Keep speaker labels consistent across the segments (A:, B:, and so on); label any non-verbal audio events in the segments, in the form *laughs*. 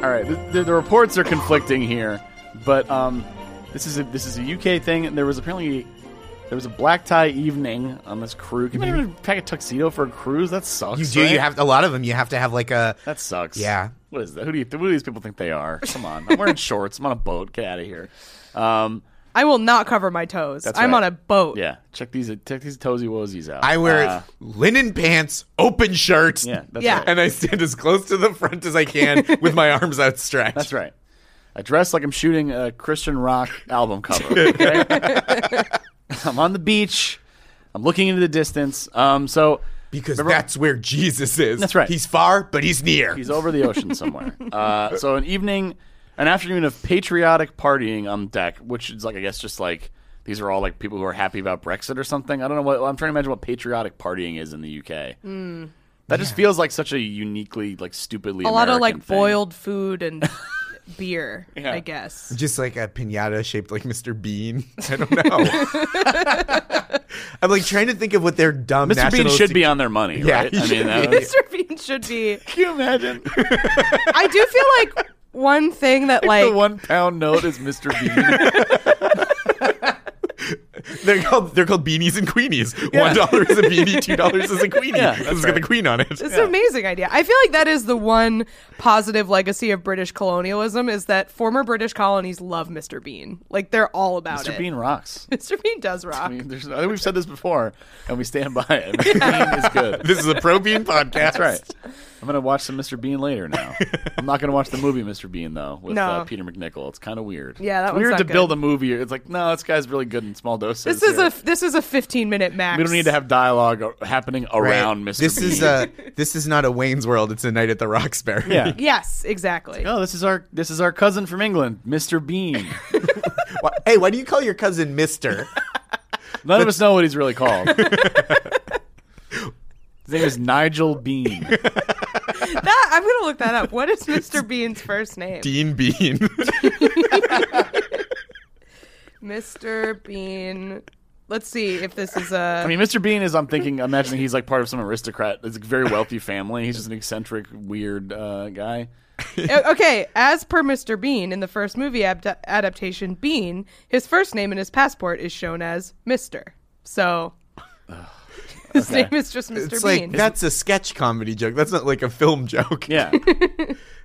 A: All right, the, the, the reports are conflicting here, but um, this is a this is a UK thing. and There was apparently there was a black tie evening on this cruise. Can you imagine pack a tuxedo for a cruise? That sucks.
B: You do.
A: right?
B: You have a lot of them. You have to have like a.
A: that sucks.
B: Yeah.
A: What is that? Who do you, who do these people think they are? Come on, I'm wearing *laughs* shorts. I'm on a boat. Get out of here. Um,
C: I will not cover my toes.
A: That's
C: I'm
A: right.
C: on a boat.
A: yeah, check these check these toesy woesies out.
B: I wear
A: Uh,
B: linen pants, open shirt.
A: yeah, that's
C: Yeah.
A: right.
B: And I stand as close to the front as I
A: *laughs*
B: can with my arms outstretched.
A: That's right. I dress like I'm shooting a Christian rock album cover.
C: *laughs*
A: okay? I'm on the beach. I'm looking into the distance. Um, so
B: Because
A: Remember-
B: that's where Jesus is.
A: That's right.
B: He's far, but he's near.
A: He's over the
C: *laughs*
A: ocean somewhere. uh, so an evening, an afternoon of patriotic partying on deck, which is like I guess just like these are all like people who are happy about Brexit or something. I don't know what I'm trying to imagine what patriotic partying is in the UK. That just feels like such a uniquely like stupidly
C: Hmm. A lot of like
A: American thing.
C: boiled food
A: *laughs*
C: and beer,
A: Yeah.
C: I guess.
A: *laughs*
C: *laughs*
B: Just like a pinata shaped like Mr. Bean. I don't know. I'm like trying to think of what their dumb
A: Mr. Bean
B: national
A: should
B: sec-
A: be on their money,
B: Yeah,
A: right?
B: he
A: I
B: *laughs*
A: mean,
B: should
A: that
B: be.
A: was-
C: Mr. Bean should be.
A: can you imagine
C: I do feel like one thing that
A: the
C: like
A: one pound note
C: *laughs*
A: is Mr. Bean?
B: They're called they're called beanies and queenies. One dollar is a beanie, two dollars is a queenie.
A: *laughs* Yeah,
B: This
A: that's
B: has got the queen on it.
C: It's an amazing idea. I feel like that is the one positive legacy of British colonialism is that former British colonies love Mr. Bean. Like they're all about
A: Mr.
C: it. *laughs*
A: Bean rocks.
C: Mr. Bean does
A: I
C: rock.
A: mean, there's, I think we've said this before, and we stand by
C: *laughs*
A: it. Mr. Bean is good.
B: This is a pro bean podcast.
A: That's right. I'm gonna watch some Mr. Bean later now. I'm not gonna watch the movie Mr. Bean though with
C: No.
A: uh, Peter McNichol. It's kind of weird.
C: Yeah, that
A: it's
C: one's
A: weird
C: not
A: to
C: good.
A: build a movie. It's like no, this guy's really good in small doses.
C: This is
A: here.
C: a this is a 15 minute max.
A: we don't need to have dialogue o- happening around Mr.
B: This
A: Bean.
B: is a *laughs* this is not a Wayne's World. It's a Night at the Roxbury.
A: yeah.
C: Yes, exactly.
A: Oh, this is our this is our cousin from England, Mr. Bean.
B: *laughs* Why- hey, why do you call your cousin Mister?
C: *laughs*
A: None of us know what he's really called. His name is Nigel Bean.
C: That- I'm gonna look that up. What
A: *laughs*
C: is Mr. Bean's first name?
B: Dean *laughs* Bean.
C: Mr. Bean. Let's see if this is a.
A: I mean, Mr. Bean is. I'm thinking, imagining he's like part of some aristocrat. It's a very wealthy family. He's just an eccentric, weird uh, guy.
C: O- okay, as per Mr. Bean in the first movie abd- adaptation, Bean, his first name in his passport is shown as Mr.
B: *sighs*
C: So his
A: Okay.
C: name is just Mr.
B: it's like
C: Bean.
B: that's a sketch comedy joke. That's not like a film joke.
A: Yeah.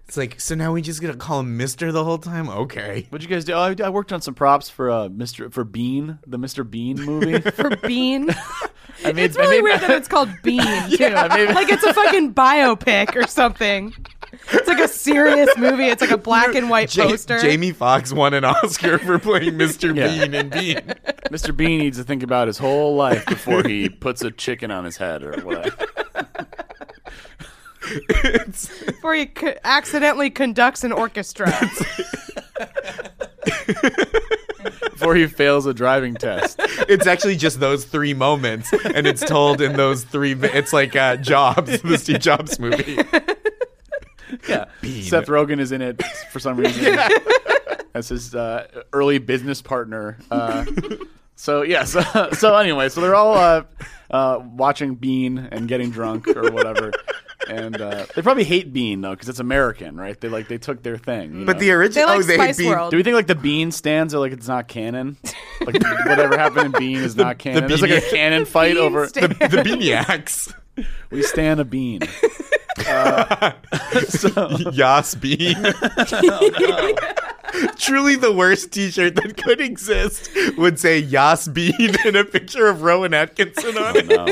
B: It's like so now we just gonna call him Mister the whole time. Okay.
A: What'd you guys do? Oh, I, I worked on some props for uh, Mr. for Bean, the Mr. Bean movie.
C: for
B: *laughs*
C: Bean.
A: I made,
C: it's really
A: I made,
C: weird that it's called Bean, too.
A: maybe-
C: Like it's a fucking biopic or something. It's like a serious movie. It's like a black and white
B: Ja-
C: poster.
B: Jamie Foxx won an Oscar
C: *laughs*
B: for playing Mr.
A: Yeah.
B: Bean and Bean.
A: Mr. Bean needs to think about his whole life before he puts a chicken on his head or whatever.
B: It's,
C: Before he co- accidentally conducts an
B: *laughs*
C: orchestra.
A: Before he fails a driving test.
B: it's actually just those three moments, and it's told in those three. mi- It's like uh, Jobs, *laughs* the Steve
C: *laughs*
B: Jobs movie.
A: Yeah. Seth Rogen is in it for
C: *laughs*
A: some reason. That's his uh, early business partner. Uh, so yeah. So, *laughs* so anyway, so they're all uh, uh, watching Bean and getting drunk or whatever. And uh, they probably hate Bean though because it's American, right? They like they took their thing. you
B: But
A: know?
B: the
C: They
B: original,
C: like
B: oh, they
C: Spice
B: Bean.
C: World.
A: Do we think like the bean stands are like it's not canon? Like whatever happened in bean is not canon. There's like a
B: beanie-
A: canon fight
C: bean
A: over
C: stand.
B: The
C: *laughs*
B: Beaniacs.
A: we stand a bean. Uh, *laughs*
B: *laughs* Yas Bean. Truly the worst t shirt that could exist would say Yas Bean and a picture of Rowan Atkinson on
A: *laughs*
B: it.
A: No,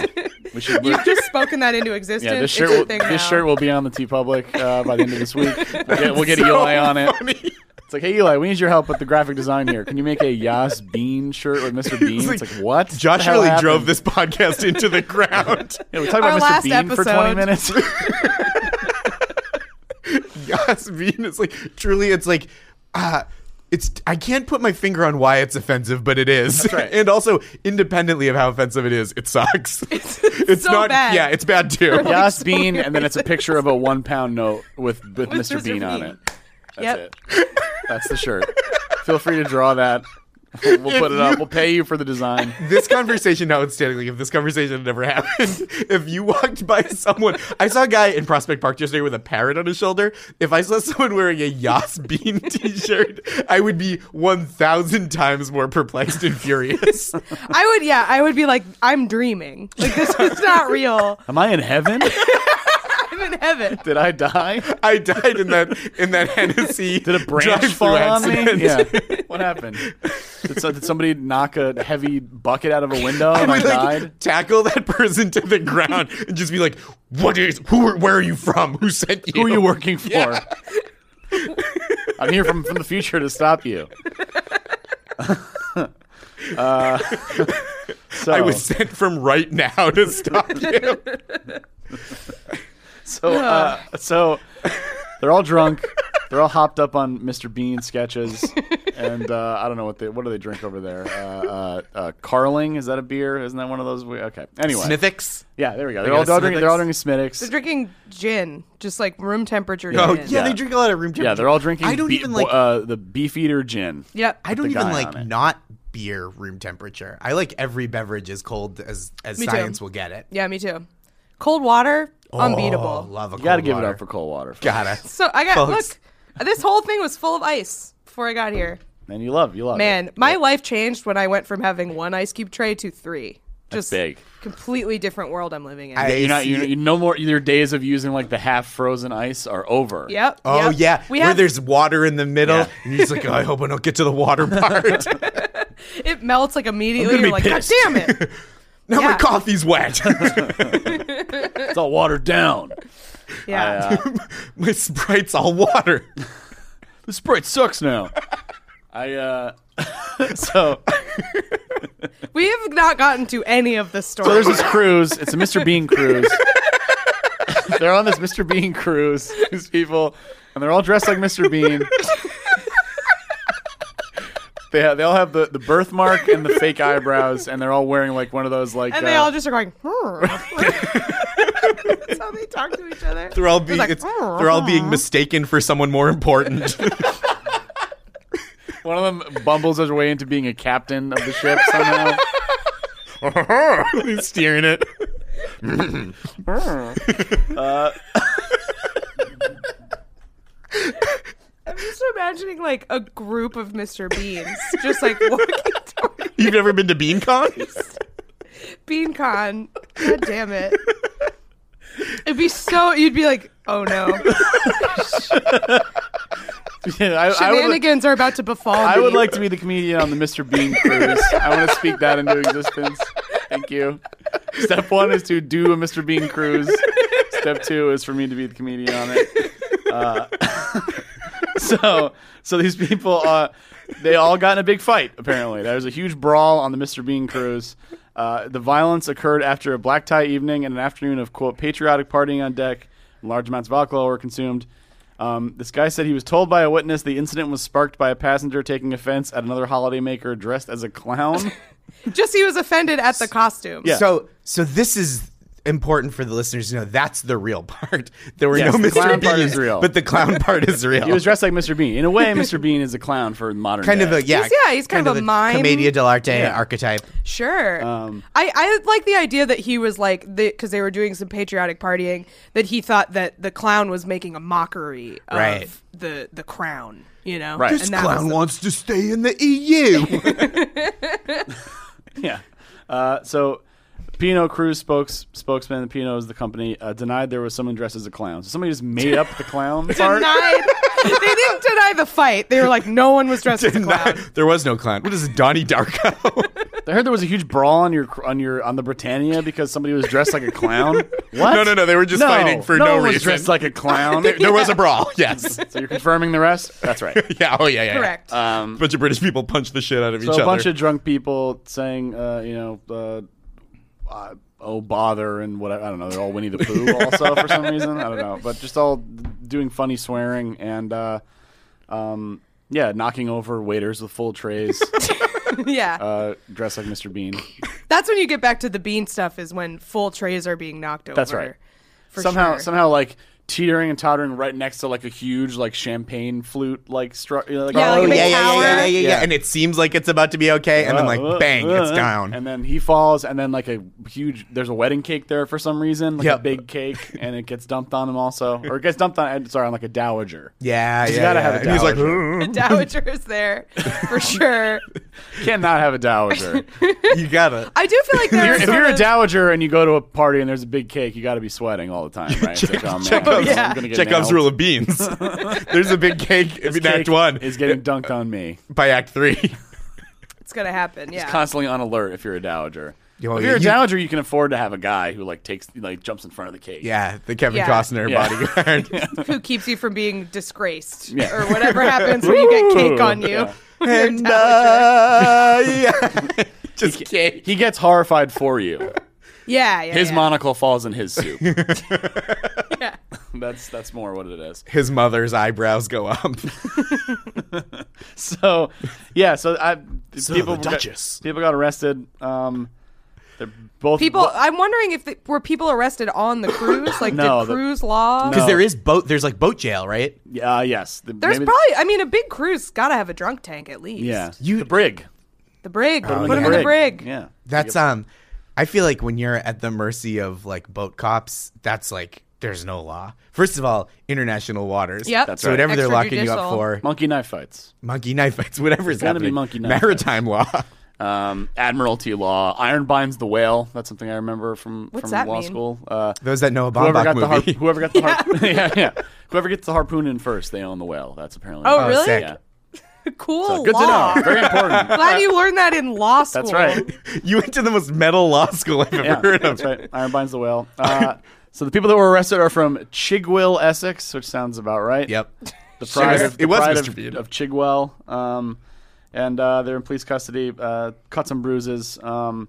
A: we should.
C: You've just spoken that into existence.
A: *laughs* yeah, this
C: It's
A: shirt
C: a
A: will,
C: thing
A: this
C: now. *laughs*
A: shirt will be on the T Public uh, by the end of this week. We'll get, we'll get Eli on it.
B: Funny.
A: It's like, hey Eli, we need your help with the graphic design here. Can you make a Yas Bean shirt with
C: *laughs*
A: Mr. Bean? It's like,
B: like,
A: what?
B: Josh
A: The hell
B: really
A: happened?
B: drove this podcast into the ground. *laughs*
A: Yeah, we talked
C: Our
A: about Mr.
C: last
A: Bean for twenty
C: episode. *laughs*
A: minutes.
B: Yasmin is like truly it's like uh it's I can't put my finger on why it's offensive, but it is.
A: right.
B: *laughs* and also independently of how offensive it is, it sucks. *laughs* It's,
C: so
B: not
C: bad.
B: yeah, it's
C: *laughs*
B: bad too.
A: Yas Bean, and then it's a picture of a one pound note with with, Mr.
C: Mr.
A: Bean, on
C: Bean.
A: it. That's
C: Yep.
A: it. That's the shirt. Feel free to
C: *laughs*
A: draw that. We'll we'll put it up. We'll pay you for the design.
B: this conversation notwithstanding, like if this conversation had never happened, *laughs* if you walked by someone, I saw a guy in Prospect Park yesterday with a parrot on his shoulder. If I saw someone wearing a Yas Bean *laughs* T-shirt, I would be one thousand times more perplexed and
A: *laughs*
B: furious.
C: I would, yeah, I would be like, I'm dreaming. Like this is
A: *laughs*
C: not real.
A: Am I in heaven?
C: I'm in heaven.
A: Did I die?
B: I died in that in
A: *laughs*
B: that Hennessy.
A: Did a branch
B: drive-thru
A: fall on me?
B: accident.
A: Yeah. *laughs*
B: *laughs*
A: What happened? Did, so, did somebody knock a heavy bucket out of a window
B: I
A: and I,
B: would
A: died?
B: like tackle that person to the ground and just be like, "What is? Who? are- Where are you from? Who sent you?
A: Who are you working for?
B: Yeah.
A: I'm here from from the future to stop you. *laughs* Uh, *laughs* so,
B: I was sent from right now to
A: *laughs*
B: stop you.
A: so uh, so. They're all drunk. They're all hopped up on Mr. Bean sketches, and uh, I don't know what they what do they drink over there. Uh, uh, uh, Carling is that a beer? Isn't that one of those? We- okay. Anyway,
B: Sniffix.
A: yeah, there we go.
B: They
A: They're all,
B: got a
A: they're all drinking. They're all
B: Smithwick's?
A: drinking
C: They're
A: Smittix.
C: drinking gin, just like room temperature
B: Oh yeah,
C: gin.
A: yeah.
B: they drink a lot of room temperature.
A: Yeah, they're all drinking.
B: I don't
A: be-
B: even like.
A: uh, the beefeater gin.
C: Yep.
B: I don't
A: the
B: even
A: guy
B: like
A: on it.
B: not beer room temperature. I like every beverage as cold as as
C: Me too.
B: science will get it.
C: yeah, me too. Cold water,
B: Oh,
C: unbeatable.
B: love a
A: You gotta
B: cold
A: give it
B: water. *laughs*
A: up for cold water.
B: Gotta.
C: So I got
B: Folks.
C: look. This whole thing was full of ice before I got here.
A: And you love, you love.
C: Man,
A: it.
C: my life changed when I went from having one ice cube tray to three. Just
A: big.
C: completely different world I'm living in.
B: I-
A: you're not.
B: see
A: You're,
B: it.
A: you no more. Your days of using like the half frozen ice are over.
C: yep.
B: Oh
C: yep.
B: yeah,
C: We
B: where
C: have
B: there's water in the middle,
A: Yeah.
B: and you're just like, oh, I hope I don't get to the
A: *laughs*
B: water part. *laughs*
C: it melts like immediately.
B: gonna
C: You're like,
B: be
C: God
B: pissed."
C: damn
B: *laughs*
C: it!
B: now my
C: Yeah.
B: coffee's wet. *laughs*
A: It's all watered down.
C: Yeah.
A: uh,
B: my sprite's all water. *laughs*
A: The sprite sucks now. I uh. *laughs* so
C: We have not gotten to any of the
A: so
C: stories.
A: there's this cruise. It's a Mr. Bean cruise. *laughs* they're on this Mr. Bean cruise. These people, and they're all dressed like Mr. Bean. They, ha they all have the, the birthmark and the fake eyebrows, and they're all wearing like one of those like
C: and
A: uh,
C: they all just are going.
A: *laughs*
C: "Hmm." That's how they talk to each other.
B: They're all being
C: like,
B: it's, they're all being mistaken for someone more important. *laughs*
A: One of them bumbles his way into being a captain of the ship somehow. *laughs*
B: He's steering it.
A: Hmm. *laughs* Uh,
C: I'm just imagining like a group of Mr. Beans, just like walking *laughs* toward
B: You've never been to BeanCon?
C: BeanCon. God damn it! It'd be so. You'd be like, oh no,
A: Yeah, I, I would, li-
C: shenanigans are about to befall me.
A: I would like to be the comedian on the Mr. Bean cruise. I want to speak that into existence. Thank you. Step one is to do a Mr. Bean cruise. Step two is for me to be the comedian on it. Uh, *laughs* so, so these people, uh, they all got in a big fight. Apparently, there was a huge brawl on the Mr. Bean cruise. Uh, the violence occurred after a black tie evening and an afternoon of quote patriotic partying on deck. And large amounts of alcohol were consumed. Um, this guy said he was told by a witness the incident was sparked by a passenger taking offense at another holidaymaker dressed as a clown.
C: Just he was offended at the costume.
A: Yeah.
B: So so this is important for the listeners to know. That's the real *laughs* part. There were
A: Yes,
B: no
A: the
B: Mr.
A: clown part
B: Beans,
A: is real.
B: but the *laughs* clown part is real.
A: he was dressed like Mr. Bean. In a way, Mr. Bean is a clown for modern.
B: kind of
A: day.
B: a yeah.
C: He's- yeah, he's kind of a
B: the
C: mime.
B: commedia dell'arte
A: Yeah.
B: archetype.
C: Sure.
A: Um,
C: I, I like the idea that he was like, because they were doing some patriotic partying, that he thought that the clown was making a mockery of
B: Right.
C: the, the crown, you know?
A: Right.
C: And
B: This
C: that
B: clown
C: was the-
B: wants to stay in the E
C: *laughs*
B: *laughs* EU.
A: *laughs* yeah. Uh, so, Pino Cruz spokes, spokesman, Pino is the company, uh, denied there was someone dressed as a clown. So somebody just made up
B: *laughs*
A: the clown part. *laughs*
C: Denied. they didn't deny the fight. They were like, no one was dressed as a clown.
B: there was no clown. What is it, Donnie Darko? *laughs*
A: I heard there was a huge brawl on your on your on the Britannia because somebody was dressed like a clown. What?
B: *laughs* No, no, no, they were just fighting for no
A: one was
B: reason.
A: dressed like
B: *laughs*
A: a clown.
B: There, there was a brawl. Yes.
A: so you're confirming the rest?
B: *laughs*
A: That's right.
B: Yeah. Oh yeah. yeah, yeah.
C: Correct.
A: Uh,
B: A bunch of British people punched the shit out of each
A: So
B: other.
A: a bunch of drunk people saying, uh, you know, uh, uh, oh bother and what I don't know. They're all Winnie
B: *laughs*
A: the Pooh also for some reason. I don't know, but just all doing funny swearing and uh, um, yeah, knocking over waiters with full
B: *laughs*
A: trays,
C: *laughs* yeah.
A: uh, dressed like Mr. Bean.
C: That's when you get back to the bean stuff is when full trays are being knocked over.
A: That's right.
C: For
A: somehow
C: sure.
A: somehow like teetering and tottering right next to like a huge like champagne flute like stru- you know, like, oh,
C: Yeah, like a big
B: yeah, yeah, yeah,
C: tower.
B: yeah, yeah, yeah,
A: Yeah.
B: And it seems like it's about to be okay, and then like
A: Uh,
B: bang,
A: uh,
B: it's
A: uh,
B: down.
A: And then he falls, and then like a huge. There's a wedding cake there for some reason, like a
B: Yep.
A: big cake, and it gets dumped on him also, or it gets dumped on. I'm Sorry, on like a dowager.
B: yeah, yeah.
A: gotta
B: yeah.
A: have a
B: and he's like,
A: dowager.
C: The dowager is there for sure.
A: Cannot have
C: *laughs*
A: a dowager.
B: you gotta.
C: I do feel like there are
A: if
C: sort
A: you're a
C: of-
A: dowager and you go to a party and there's a big cake, you got to be sweating all the time,
B: *laughs*
A: right? Check, oh, man,
B: Chekhov's,
C: Yeah.
A: I'm gonna get
B: Chekhov's
A: nailed.
B: rule of *laughs* beans. There's a big cake
A: This
B: in
A: cake
B: Act One.
A: is getting dunked on me.
B: by Act Three.
C: it's gonna happen. *laughs* Yeah.
A: Constantly on alert if you're a dowager.
B: Yo,
A: if you're a
B: you-
A: dowager, you can afford to have a guy who like takes like jumps in front of the
B: *laughs*
A: cake.
B: Yeah, the Kevin
C: Yeah.
B: Costner
A: Yeah.
C: *laughs*
B: bodyguard. *laughs*
C: Who keeps you from being disgraced
A: Yeah.
C: or whatever happens when you get cake on you? *laughs*
A: Yeah.
C: when you're a
B: And,
C: dowager.
B: uh, yeah. *laughs* just cake.
A: He gets horrified for you.
C: *laughs* yeah, yeah.
A: His
C: yeah.
A: monocle falls in his soup.
C: Yeah.
A: that's that's more what it is.
B: His mother's eyebrows go *laughs* up.
A: *laughs* So, yeah. So I people
B: the
A: got-
B: Duchess.
A: people got arrested. Um, they're both
C: People,
A: bo-
C: I'm wondering if the, were people arrested on the cruise? Like,
A: No,
C: did
A: the-
C: cruise law?
A: No.
B: there is boat. There's like boat jail, right?
A: Yeah, yes. The-
C: There's
A: maybe-
C: probably, I mean, a big cruise got to have a drunk tank at least.
A: yeah.
B: You-
A: the brig.
C: The brig. Put 'em
B: yeah.
C: in the brig.
A: Yeah.
B: That's um. I feel like when you're at the mercy of like boat cops, that's like there's no law. First of all, international waters.
C: Yep. That's
B: so
A: right.
B: whatever they're locking you
C: Extrajudicial.
B: up for,
A: Monkey knife fights.
B: monkey knife fights, *laughs* whatever is
A: gotta be
B: happening.
A: monkey knife
B: Maritime law. *laughs*
A: Um, Admiralty law. Iron binds the whale. That's something I remember from
C: What's
A: from
C: that
A: law
C: mean?
A: school. Uh,
B: Those that know a
A: whoever
B: Bombach
A: got the harp,
B: movie.
A: whoever got the
C: *laughs*
A: harp, *laughs* yeah, yeah. Whoever gets the harpoon in first, they own the whale. That's apparently.
C: Oh, really?
B: sick.
A: Yeah.
C: Cool.
A: Good
C: *laughs*
A: to
C: law.
A: know. Very important.
C: Glad you learned that in law school.
A: That's right.
C: *laughs*
B: *laughs* you went to the most metal law school I've ever
A: Yeah,
B: heard of.
A: that's right. Iron binds the whale. Uh, so the people that were arrested are from Chigwell, Essex, which sounds about right.
B: Yep. *laughs*
A: The pride
B: Sure.
A: of,
B: It
A: the
B: was
A: pride
B: Mr.
A: of-
B: Bean.
A: of Chigwell. Um, and uh, they're in police custody. Uh, cuts and bruises. Um,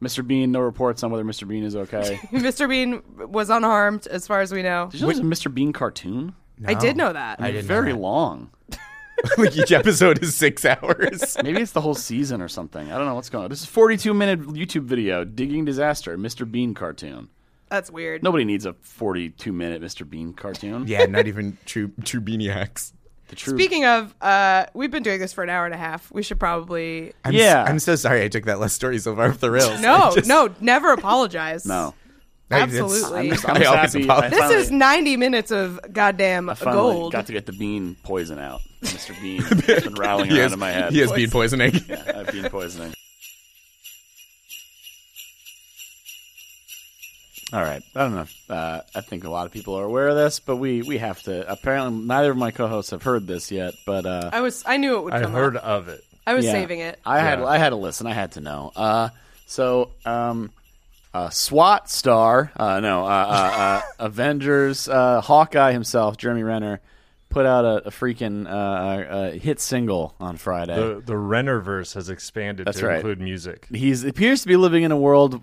A: Mr. Bean. No reports on whether Mr. Bean is
B: *laughs*
A: okay.
C: Mr. Bean was unharmed, as far as we know.
A: Did you know there's a Mr. Bean cartoon?
C: I
B: No.
C: did know that.
B: I didn't know
A: Very
B: that.
A: long.
B: like each episode is six *laughs* hours.
A: Maybe it's the whole season or something. I don't know what's going on. This is a 42 minute YouTube video. Digging disaster. Mr. Bean cartoon.
C: That's weird.
A: Nobody needs a 42 minute Mr. Bean cartoon.
B: yeah, not even true true beaniacs.
A: The true
C: Speaking of, uh, we've been doing this for an hour and a half. We should probably.
B: I'm
A: Yeah.
B: s- I'm so sorry I took that last story so far off the
A: *laughs*
B: rails.
C: No,
B: *laughs* I just-
C: no, never apologize.
A: No.
B: I- it's-
C: absolutely.
B: I'm just-
A: I'm
B: I
A: just
B: always
A: happy-
B: apologize.
C: This
A: Finally-
C: is 90 minutes of goddamn
A: finally
C: gold.
A: got to get the bean poison out. Mr.
B: *laughs*
A: Bean has been rattling
B: He
A: around
B: has,
A: in my head.
B: he has bean poisoning.
A: I have bean poisoning. All right. I don't know. if, Uh, I think a lot of people are aware of this, but we, we have to. Apparently, neither of my co-hosts have heard this yet, but uh,
C: I was, I knew it would come up.
B: of it.
C: I was
A: yeah.
C: saving it.
A: I had I had to listen. I had to know. Uh, so, um, uh, SWAT star, uh, no,
C: *laughs*
A: uh, uh, uh, Avengers, uh, Hawkeye himself, Jeremy Renner, put out a, a freaking uh, uh, uh, hit single on Friday.
D: The the Rennerverse has expanded
A: That's
D: to
A: right.
D: include music.
A: He's appears to be living in a world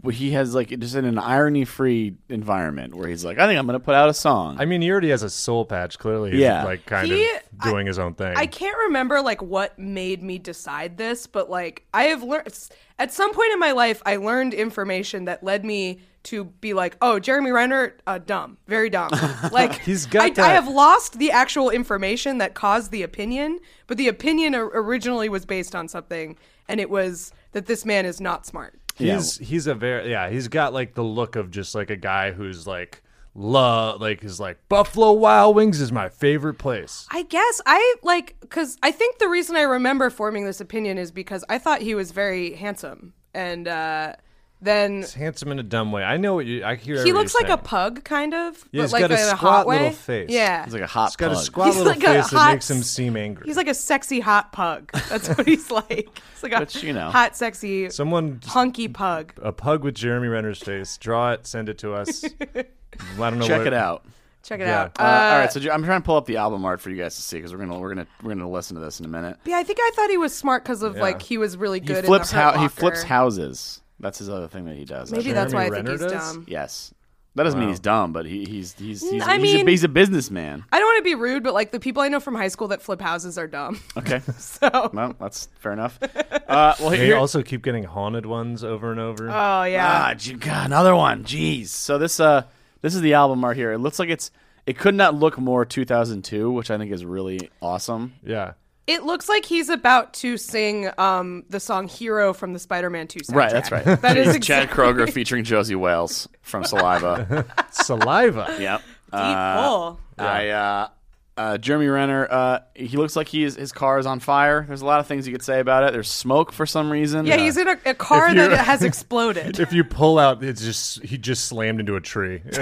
A: where he has like just in an irony free environment where he's like, I think I'm going to put out a song.
D: I mean, he already has a soul patch. Clearly, he's
A: Yeah.
D: like kind
C: He-
D: of doing his own thing.
C: I can't remember like what made me decide this, but like I have learned at some point in my life, I learned information that led me to be like, oh, Jeremy Renner, uh, dumb, very
D: *laughs*
C: dumb. Like
D: He's got
C: I, I
D: that-
C: have lost the actual information that caused the opinion, but the opinion or- originally was based on something, and it was that this man is not smart.
D: he's he's a very yeah. He's got like the look of just like a guy who's like love like is like Buffalo Wild Wings is my favorite place.
C: I guess I like because I think the reason I remember forming this opinion is because I thought he was very handsome and uh, then
D: He's handsome in a dumb way. I know what you. I hear.
C: he
D: what
C: looks
D: you're
C: like a
D: saying.
C: pug, kind of.
D: Yeah,
C: but
D: he's
C: like
D: got a
C: in a
D: squat
C: hot way.
D: little face.
C: Yeah.
A: He's like a hot
D: He's got a
A: pug.
D: squat
C: He's
D: little
C: like a
D: face that
C: hot
D: makes him
C: s-
D: seem angry.
C: He's like a sexy hot pug. That's what he's *laughs* like. He's like a
A: Which, you know.
C: hot, sexy,
D: Someone, just-
C: hunky pug.
D: a pug with Jeremy Renner's face. Draw it, send it to
C: *laughs*
D: us. I don't know.
A: Check
D: what-
A: it out.
C: Check it
D: Yeah.
C: out.
D: Uh,
C: Uh,
A: Uh, all right, so Jer- I'm trying to pull up the album art for you guys to see because we're gonna we're gonna we're gonna listen to this in a minute.
C: yeah, I think I thought he was smart because of like he was really
A: He
C: good.
A: flips
C: in the Hurt
A: how he
C: Locker.
A: flips houses. That's his other thing that he does.
C: Maybe
A: I think.
C: that's why I
D: Jeremy
C: think he's
D: Renner does?
C: dumb.
A: yes. That doesn't mean he's dumb, but he, he's he's he's,
C: I
A: he's,
C: mean-
A: a, he's a businessman.
C: I don't want to be rude, but like the people I know from high school that flip houses are dumb. *laughs*
A: Okay,
C: So,
A: *laughs* well that's fair enough. Uh, well,
D: They
A: here,
D: also keep getting haunted ones over and over.
C: oh yeah,
A: Ah, gee, God, another one. Jeez. So this uh this is the album art here. It looks like it's it could not look more 2002, which I think is really awesome.
D: yeah.
C: it looks like he's about to sing um the song "Hero" from the Spider-Man Two soundtrack.
A: Right, that's right. *laughs*
C: That is
A: Jeez, Chad
C: exactly
A: Kroger featuring Josie Wales from Saliva.
D: Saliva.
A: *laughs* yep.
C: deep hole.
A: I uh, uh, Jeremy Renner. Uh, he looks like he is, his car is on fire. There's a lot of things you could say about it. There's smoke for some reason.
C: Yeah,
A: Uh,
C: he's in a, a car
D: If you're-
C: that has exploded.
D: *laughs* If you pull out, it's just he just slammed into a tree, *laughs*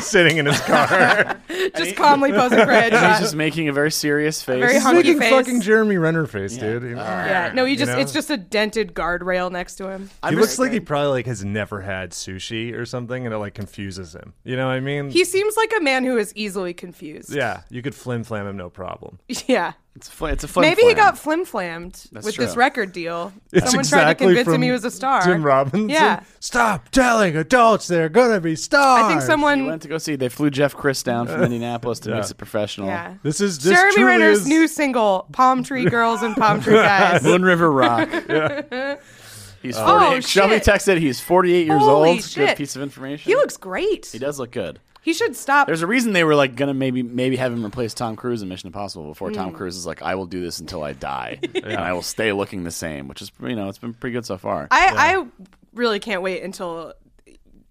D: sitting in his *laughs* car.
C: just
D: *laughs*
C: calmly posing for a
A: He's
C: headshot.
A: just making a very serious face.
C: Very hung- Hunky
D: Making
C: face.
D: fucking Jeremy Renner face, dude.
C: Yeah, no, he just
D: know?
C: it's just a dented guardrail next to him.
D: he looks like he probably like has never had sushi or something, and it like confuses him. You know what I mean?
C: He seems like a man who is easily confused.
D: yeah, you could flim flam him, no problem.
C: *laughs* Yeah.
A: It's a, fl- it's a flim
C: Maybe he
A: flam.
C: got flim flammed with this
A: true.
C: record deal.
D: It's
C: Someone tried to
D: exactly
C: convince him
D: from
C: he was a star.
D: Tim Robinson.
C: Yeah.
D: Stop telling adults they're gonna be stars.
C: I think
A: He
C: someone.
A: went to go see. They flew Jeff Chris down
D: *laughs*
A: from Indianapolis to mix it professional.
C: Yeah.
D: This is this
C: Jeremy
D: truly
C: Renner's
D: is,
C: new single, Palm Tree Girls and Palm
D: *laughs*
C: Tree Guys.
A: Moon
C: *laughs*
A: River Rock. He's 48.
C: Oh,
A: Shelby
C: shit.
A: texted he's 48 years
C: Holy
A: old. Good
C: shit.
A: piece of information.
C: He looks great.
A: He does look good.
C: He should stop.
A: There's a reason they were like gonna maybe maybe have him replace Tom Cruise in Mission Impossible before
C: Hmm.
A: Tom Cruise is like I will do this until I die
C: *laughs*
A: and I will stay looking the same, which is you know it's been pretty good so far.
C: I, I really can't wait until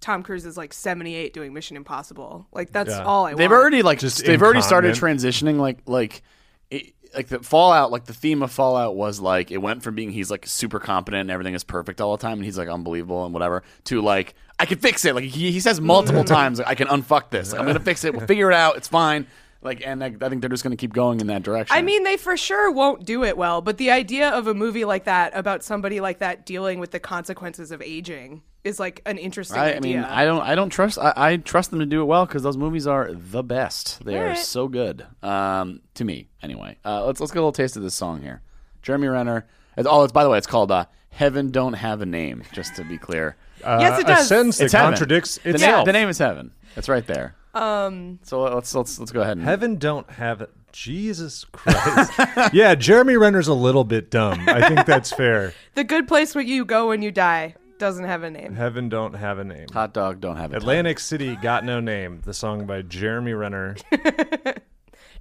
C: Tom Cruise is like 78 doing Mission Impossible. Like, that's
D: Yeah.
C: all I
A: they've
C: want.
A: already like
D: Just
A: they've already started
D: incontinent.
A: transitioning like like it, like the Fallout like the theme of Fallout was like it went from being he's like super competent and everything is perfect all the time and he's like unbelievable and whatever to like I can fix it like he, he
C: *laughs*
A: says multiple times like, I can unfuck this like, I'm gonna fix it we'll figure it out it's fine like and I, I think they're just gonna keep going in that direction.
C: I mean, they for sure won't do it well, but the idea of a movie like that about somebody like that dealing with the consequences of aging is like an interesting
A: I, I
C: idea.
A: mean, I don't, I don't trust. I, I trust them to do it well because those movies are the best. They are
C: Alright.
A: so good. Um, to me, anyway. Uh, let's let's get a little taste of this song here. Jeremy Renner. It's, oh, it's by the way, it's called uh, "Heaven Don't Have a Name." Just to be clear,
C: yes, it
D: a
C: does.
D: sentence that
A: it's heaven.
D: contradicts
A: the
D: itself.
A: Name, the name is Heaven. It's right there. Um. So let's let's let's go ahead and.
D: Heaven don't have it. Jesus Christ. *laughs* yeah, Jeremy Renner's a little bit dumb. I think that's fair.
C: The good place where you go when you die doesn't have a name.
D: Heaven don't have a name.
A: Hot dog don't have a tongue.
D: Atlantic City got no name. The song by Jeremy Renner.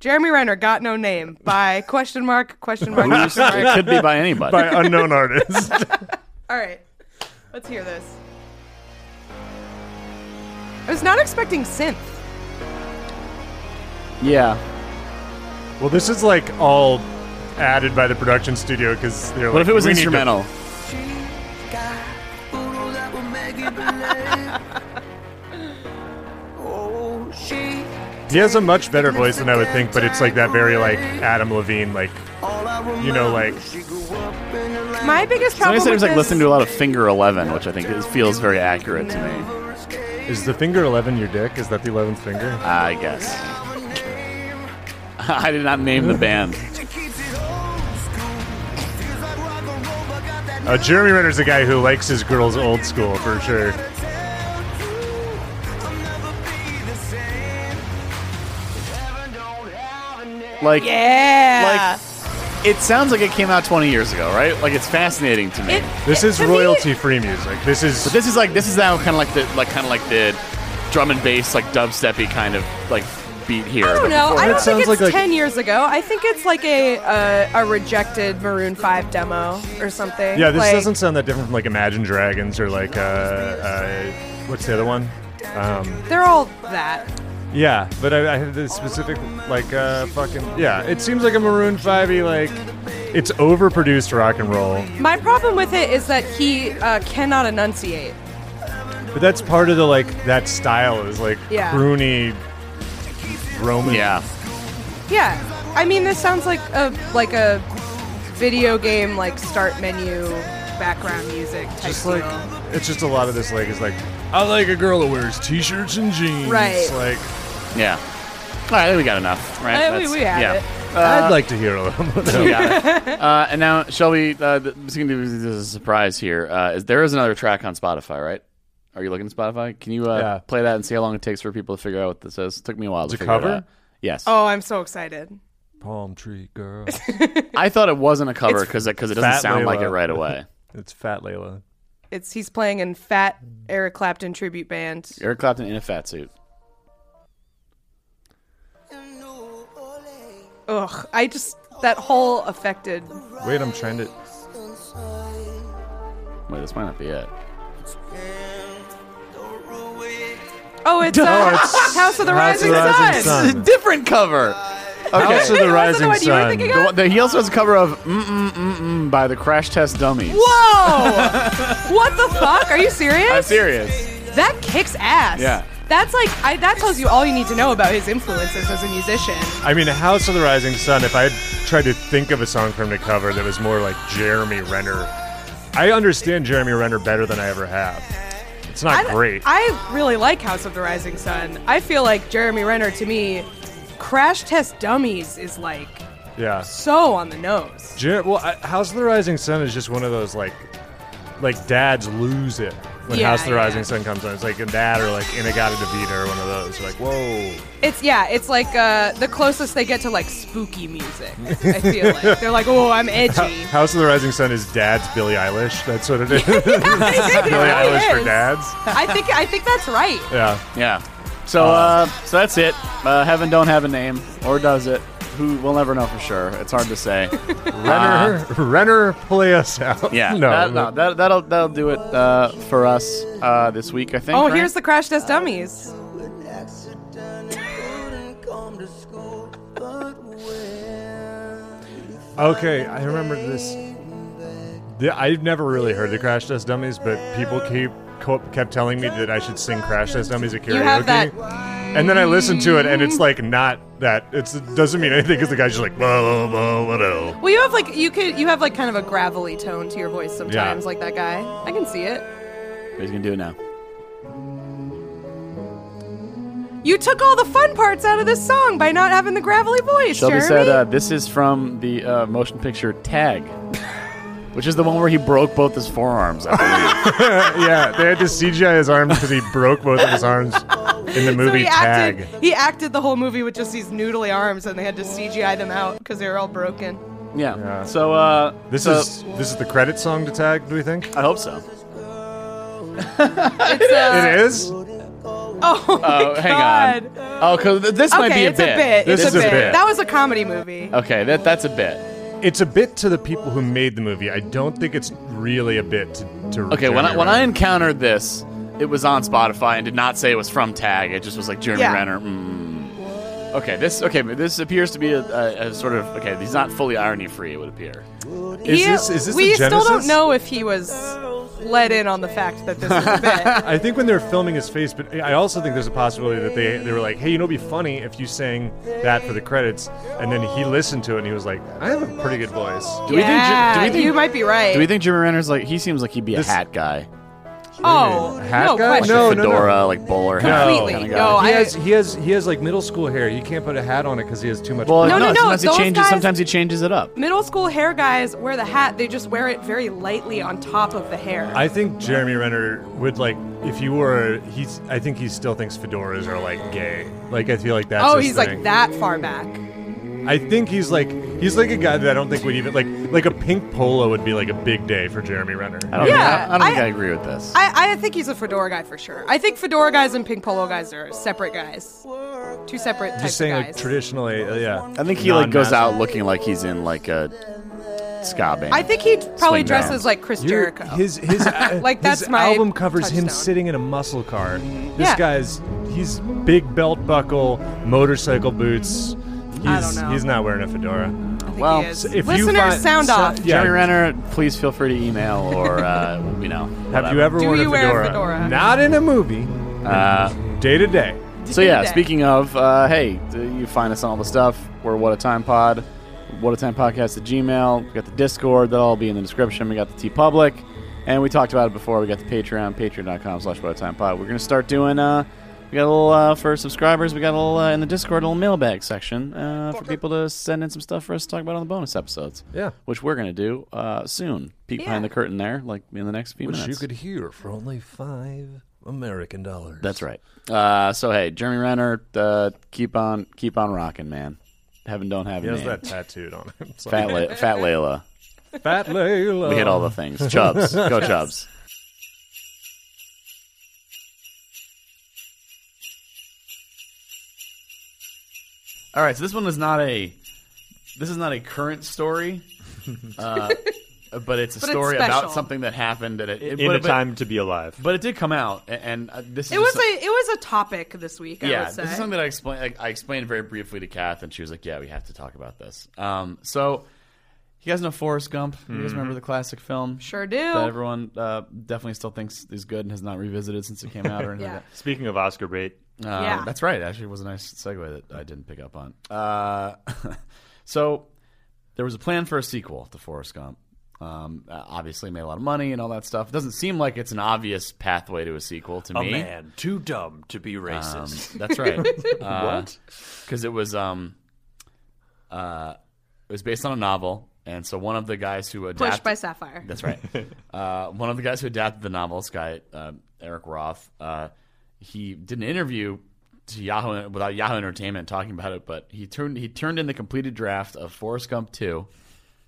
C: Jeremy Renner got no name
D: *laughs*
C: by question mark question mark.
A: Who's-
C: question
A: it
C: mark.
A: could be
C: *laughs*
A: by anybody.
D: *laughs* by unknown artist.
C: All right, let's hear this. I was not expecting synth.
A: yeah.
D: *laughs* well, this is like all added by the production studio because they're like.
A: What if it was
D: "We need to-"
A: instrumental?
E: Oh,
D: He has a much better voice than I would think, but it's like that very like Adam Levine, like you know, like
C: My biggest
A: Somebody
C: problem
A: said he was
C: with
A: like
C: this-
A: listening to a lot of Finger Eleven, which I think is, feels very accurate to me.
D: is the finger eleven your dick? Is that the eleventh finger?
A: I guess. *laughs* I did not name the band.
D: Uh, Jeremy Renner's a guy who likes his girls old school for sure.
A: Like,
C: yeah.
A: like it sounds like it came out 20 years ago, right? Like, it's fascinating to me.
C: It-
D: This is
C: to me-
D: royalty free music. This is
A: but this is like this is now kind of like the like kind of like the drum and bass like dubsteppy kind of like beat here.
C: I don't know. I
D: That
C: don't think
D: sounds
C: it's
D: like a-
C: ten years ago. I think it's like a a, a rejected Maroon Five demo or something.
D: yeah. This
C: Like,
D: doesn't sound that different from like Imagine Dragons or like uh, uh what's the other one? Um,
C: They're all that.
D: yeah, but I, I had this specific like uh fucking yeah. It seems like a Maroon Fivey like It's overproduced rock and roll,
C: My problem with it is that he uh, cannot enunciate.
D: but that's part of the like that style is like
C: Yeah.
D: croony Roman.
A: Yeah.
C: Yeah, I mean this sounds like a like a video game like start menu background music type
D: Just
C: deal.
D: like it's just a lot of this like is like I like a girl who wears t-shirts and jeans.
C: Right.
D: Like
A: Yeah. All right, I think we got enough. Right.
C: Uh, we,
A: That's-
C: we have
A: yeah.
C: it.
D: I'd like to hear a little. More.
A: We
C: *laughs*
A: got it. Uh, and now, Shelby, uh, th- this is gonna be this is a surprise here. Uh, is, there is another track on Spotify, right? Are you looking at Spotify? Can you uh,
D: Yeah.
A: play that and see how long it takes for people to figure out what this is? took me a while to
D: a
A: figure
D: cover?
A: it out. Yes.
C: Oh, I'm so excited.
D: Palm tree girl.
A: I thought it wasn't a cover because it, 'cause it doesn't
D: Fat
A: sound like
D: Layla.
A: it right away. *laughs*
D: It's Fat Layla.
C: It's he's playing in Fat Eric Clapton tribute band.
A: Eric Clapton in a fat suit.
C: Ugh, I just that whole affected.
D: Wait, I'm trying to.
A: Wait, this might not be it.
C: Oh,
D: *laughs*
C: it's uh, House of the
D: House of
C: Rising
D: the
C: Sun.
D: Rising
A: *laughs*
D: Sun.
A: This is a different cover.
D: House of
C: Wait, was
D: the
C: it
D: Rising
C: what you were
D: Sun.
C: thinking
A: The, one- the, he also has a cover of Mm Mm Mm Mm by the Crash Test Dummies.
C: Whoa! *laughs* what the fuck? Are you serious?
A: I'm serious.
C: That kicks ass.
A: Yeah.
C: That's like I, that tells you all you need to know about his influences as a musician.
D: I mean, House of the Rising Sun. If I had tried to think of a song for him to cover that was more like Jeremy Renner, I understand Jeremy Renner better than I ever have. It's not
C: I,
D: great.
C: I really like House of the Rising Sun. I feel like Jeremy Renner to me, Crash Test Dummies is like
D: yeah.
C: so on the nose.
D: Jer- well, I, House of the Rising Sun is just one of those like, like dads lose it when
C: Yeah,
D: House of the
C: yeah.
D: Rising Sun comes on. It's like a dad or like Inagata DeVita or one of those. You're like, whoa.
C: It's yeah, it's like uh, the closest they get to like spooky music. I feel like they're like, oh, I'm edgy.
D: House of the Rising Sun is dad's Billie Eilish. That's what it
C: *laughs*
D: is. Billie
C: Billy
D: Eilish for dads.
C: I think I think that's right.
D: Yeah.
A: Yeah. So, uh, so that's it. Uh, Heaven don't have a name, or does it? Who we'll never know for sure. It's hard to *laughs* say.
D: Renner, *laughs* Renner, play us out.
A: Um, Yeah,
D: no,
A: that, no, that, that'll that'll do it uh, for us uh, this week. I think.
C: Oh,
A: right?
C: here's the Crash Test Dummies.
D: Okay, I remember this. The, I've never really heard the Crash Test Dummies, but people keep co- kept telling me that I should sing Crash Test Dummies at karaoke.
C: You have that-
D: And then I listened to it, and it's like not that. It's, it doesn't mean anything because the guy's just like, whoa, whoa, whoa, whoa.
C: Well, you have like you could you have like kind of a gravelly tone to your voice sometimes, like that guy. I can see it.
A: He's gonna do it now.
C: You took all the fun parts out of this song by not having the gravelly voice,
A: Shelby
C: Jeremy.
A: said uh, this is from the uh, motion picture Tag, which is the one where he broke both his forearms. I believe.
D: Yeah, they had to CGI his arms because he broke both of his arms in
C: *laughs*
D: the
C: so
D: movie
C: he
D: Tag.
C: acted he acted the whole movie with just these noodly arms, and they had to CGI them out because they were all broken.
A: yeah.
D: Yeah.
A: So uh,
D: This
A: so-
D: is this is the credit song to Tag. Do we think
A: I hope so.
C: It's, uh,
D: *laughs* it is?
C: Oh, my
A: Oh,
D: *laughs*
A: hang
C: God.
A: on. Oh, because this might
C: Okay,
A: be a
C: it's
A: bit.
C: a bit.
D: This
C: it's
D: is a bit.
C: That was a comedy movie.
A: Okay, that that's a bit.
D: It's a bit to the people who made the movie. I don't think it's really a bit to. to
A: Okay, when I,
D: Jeremy
A: when I
D: Renner.
A: encountered this, it was on Spotify and did not say it was from Tag. It just was like Jeremy
C: Yeah.
A: Renner. Mm. Okay, this okay. but This appears to be a, a, a sort of okay. He's not fully irony free. It would appear.
D: Is
C: He-
D: this is this
C: we
D: the
C: still don't
D: Genesis?
C: know if he was let in on the fact that this was a
D: *laughs*
C: bit.
D: I think when they're filming his face, but I also think there's a possibility that they they were like, "Hey, you know, it'd be funny if you sang that for the credits," and then he listened to it and he was like, "I have a pretty good voice."
A: Do we think- do we
C: yeah,
A: think-
C: you might be right.
A: Do we think Jeremy Renner's like he seems like he'd be a
D: This-
A: hat guy,
C: oh,
D: Hat
C: no
D: guy?
C: question.
D: No, no, no.
A: fedora, like bowler hat?
C: Completely.
A: kinda
C: No,
A: guy.
C: I-
D: he has he has he has like middle school hair. You can't put a hat on it because he has too much.
A: Well,
C: No, no, no,
A: Sometimes he
C: those
A: changes.
C: guys-
A: Sometimes he changes it up.
C: Middle school hair guys wear the hat, they just wear it very lightly on top of the hair.
D: I think Jeremy Renner would like if he were he's. I think he still thinks fedoras are like gay. Like I feel like that's.
C: oh,
D: his
C: he's
D: thing.
C: like that far back.
D: I think he's like he's like a guy that I don't think would even like like a pink polo would be like a big day for Jeremy Renner.
A: I don't,
C: Yeah,
A: think, I, I don't think
C: I-
A: I agree with this.
C: I, I think he's a fedora guy for sure. I think fedora guys and pink polo guys are separate guys. Two separate types
D: Just saying
C: of
D: like
C: guys.
D: traditionally, uh, yeah.
A: I think he like goes out looking like he's in like a ska band.
C: I think he probably
A: Swing
C: dresses
A: bands.
C: like Chris
D: You're-
C: Jericho. *laughs*
D: His his uh,
C: Like, that's
D: his
C: my
D: album covers him
C: touchstone.
D: sitting in a muscle car. This
C: Yeah.
D: guy's he's big belt buckle, motorcycle boots. He's,
C: I don't know.
D: He's not wearing a
C: I
D: fedora.
C: think think
A: Well,
C: he is.
A: so
D: if you
C: Listeners,
D: find-
C: sound
D: so-
C: off.
D: Yeah.
A: Jeremy Renner, please feel free to email or uh, *laughs* you know.
D: Have you
A: whatever.
D: ever
C: Do
D: worn
C: you
D: a,
C: wear a
D: fedora?
C: fedora?
D: Not in a movie.
A: Uh,
D: Day to day.
A: So yeah, speaking of, uh, hey, d- you find us on all the stuff. We're What a Time Pod, What a Time Podcast at Gmail. We got the Discord. That'll all be in the description. We got the T Public, and we talked about it before. We got the Patreon, Patreon.com/slash What a Time Pod. We're gonna start doing. Uh, we got a little uh, for subscribers. We got a little uh, in the Discord, a little mailbag section uh, for people to send in some stuff for us to talk about on the bonus episodes.
D: Yeah.
A: which we're gonna do uh, soon. Peek behind
C: Yeah.
A: the curtain there, like in the next few
F: which
A: minutes.
F: you could hear for only five American dollars.
A: That's right. Uh, so hey, Jeremy Renner, uh, keep on keep on rocking, man. Heaven don't have a
D: He has
A: name.
D: that tattooed on him. *laughs* It's like,
A: Fat, La- Fat Layla.
D: Fat Layla.
A: We hit all the things. *laughs* Chubs, go Chubs. All right, so this one is not a this is not a current *laughs* story, uh, but it's a
C: But it's
A: story
C: special.
A: about something that happened at it,
D: In
A: but,
D: a time to be alive.
A: but, but it did come out, a- and uh, this is
C: It was
A: just
C: a it was a topic this week. I
A: yeah,
C: would say.
A: this is something that I explained. Like, I explained very briefly to Kath, and she was like, "Yeah, we have to talk about this." Um, so you guys know Forrest Gump? You guys remember the classic film?
C: Sure do.
A: That everyone uh, definitely still thinks is good and has not revisited since it came out or anything.
C: yeah.
A: like
D: Speaking of Oscar bait,
A: that. Uh,
C: Yeah.
A: that's right. Actually, it was a nice segue that I didn't pick up on. Uh, *laughs* so there was a plan for a sequel to Forrest Gump. Um, uh, obviously, made a lot of money and all that stuff. It doesn't seem like it's an obvious pathway to a sequel to
F: A
A: me.
F: man too dumb to be
A: Um,
F: racist. *laughs*
A: that's right. what? Because it was um, uh, it was based on a novel, and so one of the guys who adapted
C: Pushed by Sapphire.
G: *laughs*
A: that's right. uh, one of the guys who adapted the novel, this guy uh, Eric Roth, uh, he did an interview to Yahoo without Yahoo Entertainment talking about it, but he turned he turned in the completed draft of Forrest Gump two.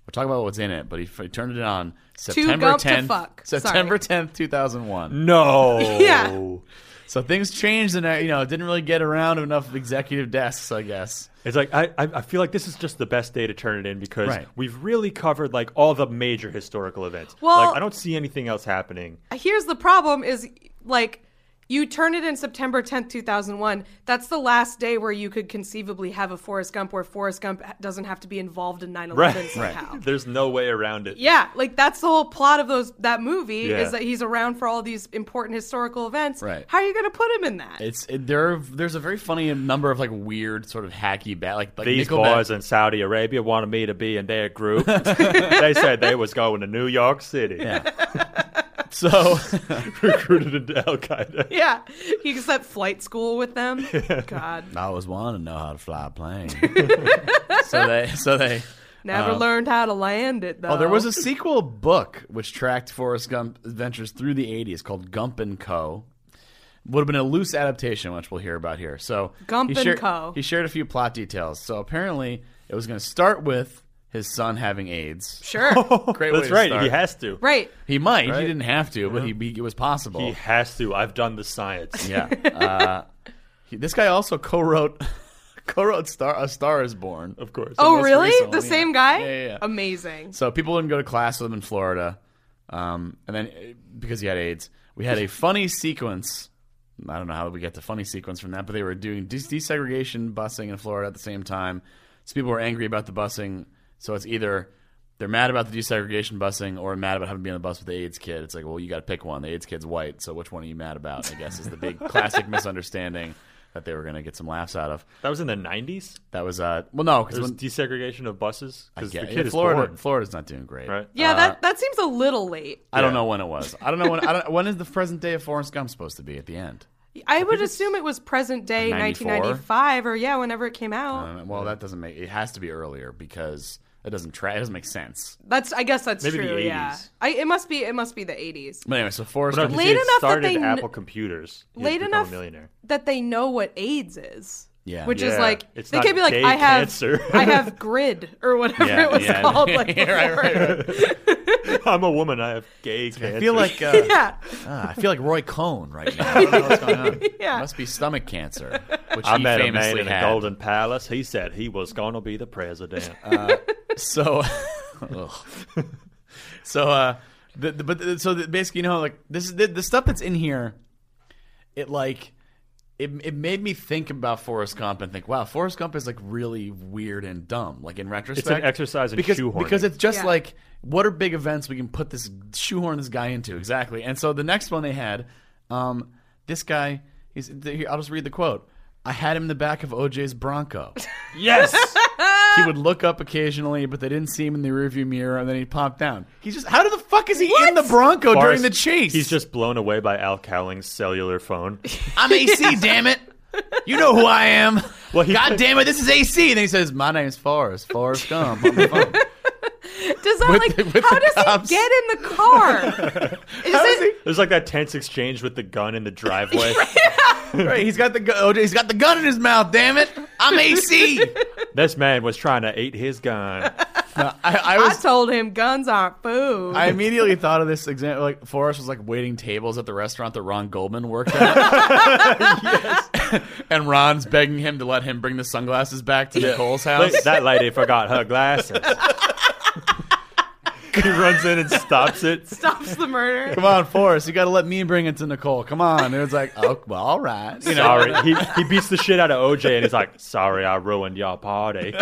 A: We're talking about what's in it, but he, he turned it on September
C: Gump to
A: tenth,
C: fuck. Sorry.
A: September tenth, two thousand one.
G: Mm.
D: no.
A: Oh.
C: *laughs* Yeah.
A: So things changed, and I, you know, it didn't really get around to enough executive desks, I guess.
G: *laughs* It's like I, I I feel like this is just the best day to turn it in because
A: Right.
G: we've really covered like all the major historical events.
C: Well-
G: like I don't see anything else happening.
C: Here's the problem: is like you turned it in September 10th, 2001. That's the last day where you could conceivably have a Forrest Gump where Forrest Gump doesn't have to be involved in 9/11
G: Right.
C: somehow.
G: There's no way around it.
C: Yeah, like that's the whole plot of those that movie
G: Yeah.
C: is that he's around for all these important historical events.
A: Right.
C: How are you going to put him in that?
A: It's it, there. are- There's a very funny number of like weird, sort of hacky bad, like like
G: These
A: Nickelback.
G: boys in Saudi Arabia wanted me to be in their group. *laughs* they said they was going to New York City, *laughs*
A: so
G: recruited into Al Qaeda.
C: yeah, he was at flight school with
A: *laughs*
C: them. God,
A: I always wanted to know how to fly a plane.
C: *laughs*
A: so they, so they.
C: never learned how to land it though.
A: Um, Oh, there was a sequel book which tracked Forrest Gump adventures through the '80s called Gump and Co. Would have been a loose adaptation, which we'll hear about here. So
C: Gump
A: he
C: and
A: shared-
C: Co.
A: He shared a few plot details. So apparently, it was going to start with his son having
C: *laughs*
A: AIDS. *laughs*
C: sure,
A: Great way
G: Oh, That's
A: to
G: right.
A: start.
G: He has to.
C: right?
A: He might. He didn't have to, but he, he- it was possible.
G: He *laughs* has to. I've done the science.
A: yeah. Uh, he- this guy also co-wrote *laughs* co-wrote Star A Star Is Born.
G: Of course.
C: Oh,
A: most
C: really?
A: recent
C: The
A: one, yeah.
C: same guy?
A: Yeah, yeah, yeah.
C: Amazing.
A: So people didn't go to class with him in Florida, um, and then uh, because he had AIDS, we had a funny sequence. I don't know how we get the funny sequence from that, but they were doing des- desegregation busing in Florida at the same time. So people were angry about the busing. So it's either they're mad about the desegregation busing or mad about having to be on the bus with the AIDS kid. It's like, well, you got to pick one. The AIDS kid's white, so which one are you mad about? I guess is
G: *laughs*
A: the big classic misunderstanding that they were going to get some laughs out of.
G: That was in the 90s.
A: That was uh, well, no,
G: There was
A: because
G: desegregation of buses because the
A: yeah,
G: kid is
A: Florida,
G: born,
A: Florida's not doing great,
G: right?
C: Yeah,
A: Uh,
C: that that seems a little late.
A: I don't know when it was. I don't know when. I don't, when is the present day of Forrest Gump supposed to be at the end?
C: I would assume it was present day
A: 94?
C: 1995 or yeah, whenever it came out.
A: Um, well, that doesn't make. It has to be earlier because it doesn't try. It doesn't make sense.
C: that's I guess that's
G: maybe the
C: true. Yeah,
G: 80s.
C: I, it must be it must be the 80s.
A: But anyway, so Forrest
G: But
A: Gump.
G: no,
C: Late
G: late enough
C: enough that
G: started
C: they kn-
G: Apple computers. He
C: Late
G: became
C: enough-
G: a millionaire. *laughs*
C: That they know what AIDS is.
A: Yeah.
C: which is
G: Yeah.
C: like
G: It's
C: they
G: not
C: can't be like
G: gay
C: I have
G: cancer.
C: *laughs* I
A: *laughs*
C: have grid or whatever
A: Yeah,
C: it was
A: yeah.
C: called. Like
A: Yeah, *laughs* right,
C: before.
A: right,
G: I'm a woman. I have gay cancer.
A: I feel like uh,
C: Yeah, *laughs*
A: ah, I feel like Roy Cohn *laughs* right now. I don't know what's going on.
C: Yeah.
A: Must be stomach cancer,
G: *laughs*
A: which
G: I
A: he
G: met a man
A: famously
G: in
A: had.
G: a golden palace. He said he was going to be the president.
A: So, *laughs* Ugh. so uh, the, the, but the, so the, basically, you know, like this is the, the stuff that's in here. It like it, it made me think about Forrest Gump and think, wow, Forrest Gump is like really weird and dumb. Like in retrospect,
G: exercise in
A: because
G: shoehorning.
A: because it's just
C: Yeah.
A: like what are big events we can put this shoehorn this guy into exactly. And so the next one they had, um, this guy, he's, here, I'll just read the quote. I had him in the back of OJ's Bronco.
G: *laughs* Yes.
A: he would look up occasionally, but they didn't see him in the rearview mirror, and then he'd pop down. He's just how the fuck is he in the Bronco during
G: Forrest-
A: the chase?
G: He's just blown away by Al Cowling's cellular phone.
A: *laughs* I'm AC, damn it. You know who I am.
G: *laughs* Well, he-
A: God damn it, this is AC. And then he says, My name's Forrest. Forrest Gump. on the phone."
C: Does that like
A: the- with
C: how
A: the
C: does
A: cops.
C: he get in the
A: *laughs*
C: car? Is it
G: There's like that tense exchange with the gun in the driveway.
A: *laughs* *laughs* right, he's got the gu- OJ, he's got the gun in his mouth. Damn it, I'm AC.
G: this man was trying to eat his gun.
A: *laughs* I, I
C: I
A: was.
C: told him guns aren't food.
A: I immediately thought of this example. Like Forrest was like waiting tables at the restaurant that Ron Goldman worked *laughs* at, *laughs* and Ron's begging him to let him bring the sunglasses back to Nicole's house.
G: Look, that lady forgot her glasses.
A: *laughs*
G: he runs in and stops it.
C: *laughs* Stops the murder.
A: Come on, Forrest, you got to let me bring it to Nicole. Come on. And it was like, oh, well, all right. You know,
G: Sorry. He, he beats the shit out of OJ and he's like, sorry, I ruined your
A: *laughs*
G: party.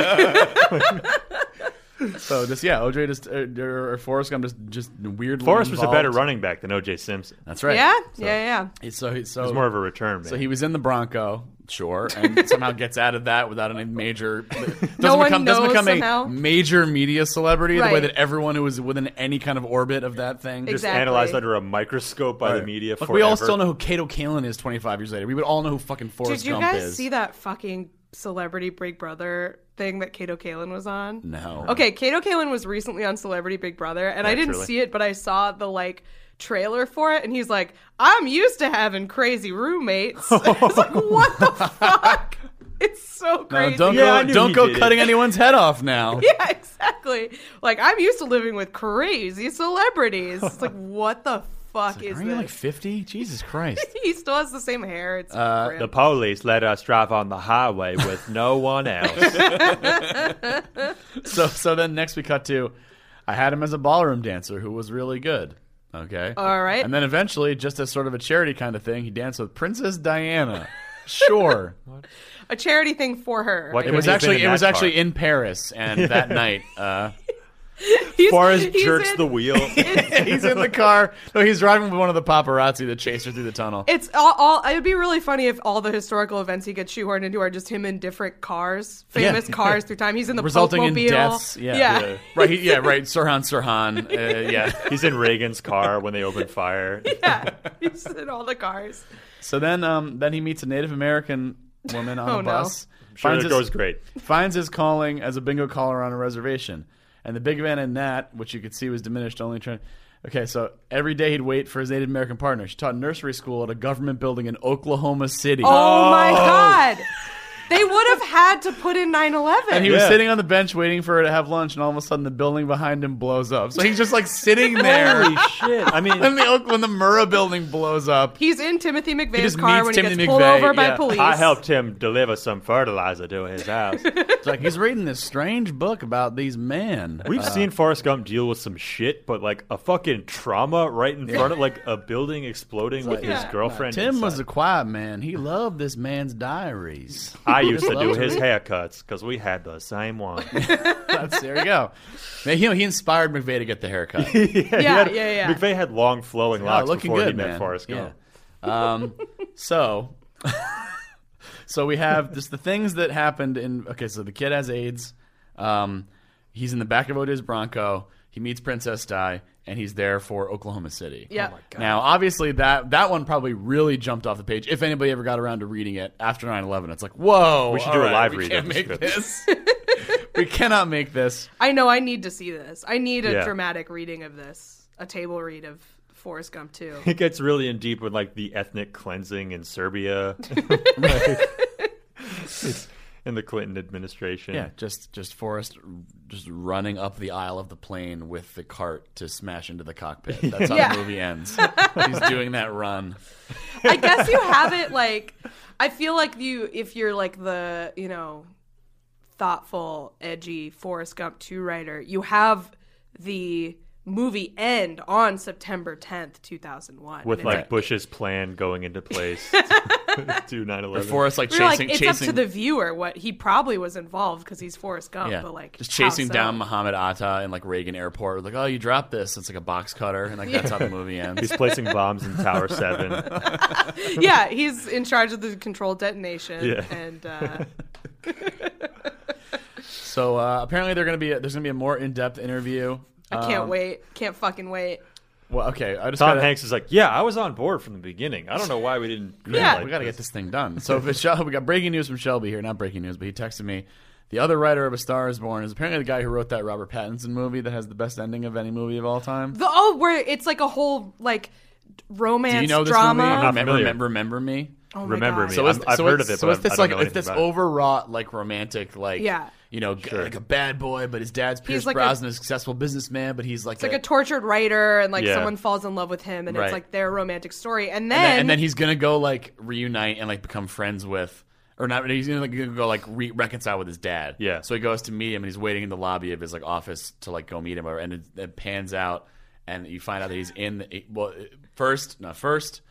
A: So just yeah, OJ just uh, or Forrest Gump just just weirdly.
G: Forrest was a
A: involved.
G: better running back than OJ Simpson.
A: That's right.
C: Yeah, yeah, yeah.
A: He's so he's so
G: He's more of a return man.
A: Oh. so he was in the Bronco, sure,
G: *laughs*
A: and somehow gets out of that without any major. Doesn't
C: one
A: become doesn't
C: knows
A: become
C: somehow.
A: a major media celebrity the way
C: Right.
A: that everyone who was within any kind of orbit of that thing.
G: just
C: Exactly.
G: analyzed under a microscope by the media
A: Look,
G: forever.
A: we all still know who Kato Kalin is 25 years later. We would all know who fucking Forrest
C: Did you
A: Gump
C: guys
A: is.
C: see that fucking celebrity Big Brother thing that Kato Kalin was on?
A: No.
C: Okay, Kato Kalin was recently on Celebrity Big Brother, and I didn't
G: Naturally.
C: see it, but I saw the like trailer for it, and he's like, "I'm used to having crazy roommates." *laughs* I was like, "What the
A: *laughs*
C: fuck?" It's so
A: No,
C: crazy.
A: don't
G: Yeah, I
A: go,
G: knew
A: don't
G: he
A: go
G: did it.
A: cutting anyone's head off
G: *laughs*
A: now.
C: *laughs* yeah, exactly. Like I'm used to living with crazy celebrities. It's
A: *laughs*
C: like, what the fuck is
A: Are you
C: this?
A: like 50? Jesus Christ.
C: *laughs* he still has the same hair. It's
A: Uh,
C: grim.
G: The police let us drive on the highway with
A: *laughs*
G: no one else.
A: so so then next we cut to I had him as a ballroom dancer who was really good. Okay.
C: All right.
A: And then eventually, just as sort of a charity kind of thing, he danced with Princess Diana.
C: *laughs*
A: Sure.
C: a charity thing for her.
G: What
A: it
G: could
A: was
G: he have been
A: actually
G: in
A: it was
G: that
A: actually
G: part?
A: in Paris, *laughs* and that night, *laughs* uh,
C: *laughs* He's-
G: Forrest
C: *laughs* he's
G: jerks
C: in-
G: the wheel.
A: he's *laughs* in *laughs* the car. No, he's driving with one of the paparazzi that chased her through
C: *laughs*
A: the tunnel.
C: It's all, all. It would be really funny if all the historical events he gets shoehorned into are just him in different cars,
A: *laughs*
C: famous
A: Yeah.
C: cars through time. He's in the
A: Resulting in
C: Popemobile.
A: deaths. Yeah.
C: yeah.
A: Right. he- Yeah. Right. Sirhan Sirhan. Uh, yeah.
G: He's in Reagan's car when they open fire.
C: Yeah. *laughs* he's in all the cars.
A: So then, um, then he meets a Native American woman
C: *laughs*
A: on
C: Oh,
A: a
C: no.
A: bus.
G: Sure,
A: Finds
G: it
A: his-
G: goes great.
A: finds his calling as a bingo caller on a reservation. And the big event in that, which you could see was diminished only trying. Okay, so every day he'd wait for his Native American partner. She taught nursery school at a government building in Oklahoma City.
C: Oh, my
A: *laughs*
C: god! They would have had to put in 9/11.
A: And he was
G: Yeah.
A: sitting on the bench waiting for her to have lunch, and all of a sudden the building behind him blows up. So he's just like *laughs* sitting there.
G: Holy shit. I mean,
A: when, the, Oak- when the Murrah building blows up,
C: He's in Timothy McVeigh's
A: just
C: car
A: meets
C: when he
A: Timothy
C: gets pulled
A: McVeigh,
C: over by
A: yeah.
C: police.
G: I helped him deliver some fertilizer to his
A: *laughs*
G: house.
A: it's like he's reading this strange book about these men.
G: We've seen Forrest Gump deal with some shit, but like a fucking trauma right in front of like a building exploding with his
C: yeah.
G: girlfriend.
A: Tim was a
G: inside.
A: quiet man. He loved this man's diaries.
G: I used to do
A: Loved
G: his
A: it.
G: haircuts because we had the
C: *laughs*
G: same one.
A: That's, there you go. Man, he, he inspired McVeigh to get the
G: *laughs*
A: haircut.
C: Yeah, yeah, yeah.
G: McVeigh had long flowing
A: Oh,
G: locks
A: looking
G: before he
A: good,
G: met
A: man.
G: Forrest Gump.
A: Yeah. Um, so, *laughs* so we have just the things that happened in. Okay, so the kid has AIDS. Um, he's in the back of OJ's Bronco. He meets Princess Di, and he's there for Oklahoma City.
C: Yeah. Oh my God.
A: Now, obviously, that that one probably really jumped off the page. If anybody ever got around to reading it after 9-11, it's like, whoa,
G: We should
A: all
G: do a
A: right,
G: live
A: we
G: read of
A: Can't
G: the
A: make
G: script.
A: this. *laughs* we cannot make this.
C: I know. I need to see this. I need a
G: Yeah.
C: dramatic reading of this. A table read of Forrest Gump too.
G: *laughs* It gets really in deep with like the ethnic cleansing
C: *laughs*
G: in Serbia. *laughs* It's in the Clinton administration.
A: Yeah, just just Forrest just running up the aisle of the plane with the cart to smash into the cockpit. That's how
C: Yeah.
A: the movie ends.
C: *laughs*
A: He's doing that run.
C: I guess you have it like I feel like you if you're like the, you know, thoughtful, edgy Forrest Gump 2 writer, you have the movie end on September 10th, 2001.
G: with
C: And
G: like
C: it's
G: Bush's plan going into place *laughs* to 9 11.
A: Before us, like
C: we were like,
A: chasing,
C: it's
A: chasing,
C: up to the viewer what he probably was involved because he's Forrest Gump,
A: *laughs* yeah,
C: but like
A: just
C: how
A: chasing
C: so?
A: down Muhammad Atta in like Reagan Airport. Like, oh, you dropped this. It's like a box cutter, and like that's how the movie ends.
G: He's placing bombs in
A: *laughs*
G: Tower 7.
C: *laughs* yeah, he's in charge of the controlled detonation,
G: Yeah.
C: and uh,
A: so uh, apparently, they're gonna be a, there's gonna be a more in depth interview. Um,
C: I can't wait, can't fucking wait.
A: Well, okay, I just
G: Tom
A: gotta,
G: Hanks is like, Yeah, I was on board from the beginning. I don't know why we didn't.
C: Yeah.
A: we got to get this thing done. So Michelle, we got breaking news from Shelby here. Not breaking news, but he texted me. The other writer of A Star Is Born is apparently the guy who wrote that Robert Pattinson movie that has the best ending of any movie of all time.
C: The oh, where it's like a whole like romance
A: Do you know this
C: drama.
A: movie? Remember,
G: familiar.
A: remember, remember me.
C: Oh my
G: Remember
C: God.
G: me.
A: So
G: I'm-
A: it's,
G: I've
A: so
G: heard
A: it's-
G: of it,
A: So
G: but
A: it's
G: I
A: this
G: don't
A: like
G: know
A: it's
G: anything
A: this
G: about it.
A: overwrought like romantic like
C: Yeah.
A: you know g- like a bad boy, but his dad's Pierce
C: like a-
A: Brosnan, a successful businessman, but he's like
C: It's like a tortured writer, and like
G: Yeah.
C: someone falls in love with him, and
A: Right.
C: it's like their romantic story. And then,
A: and, then,
C: *laughs*
A: and then he's gonna go like reunite and like become friends with. Or not? He's gonna, like, gonna go like re- reconcile with his dad.
G: Yeah.
A: So he goes to meet him, and he's waiting in the lobby of his like office to like go meet him. Or and it, it pans out, and you find out that he's in. The, well, first, not first,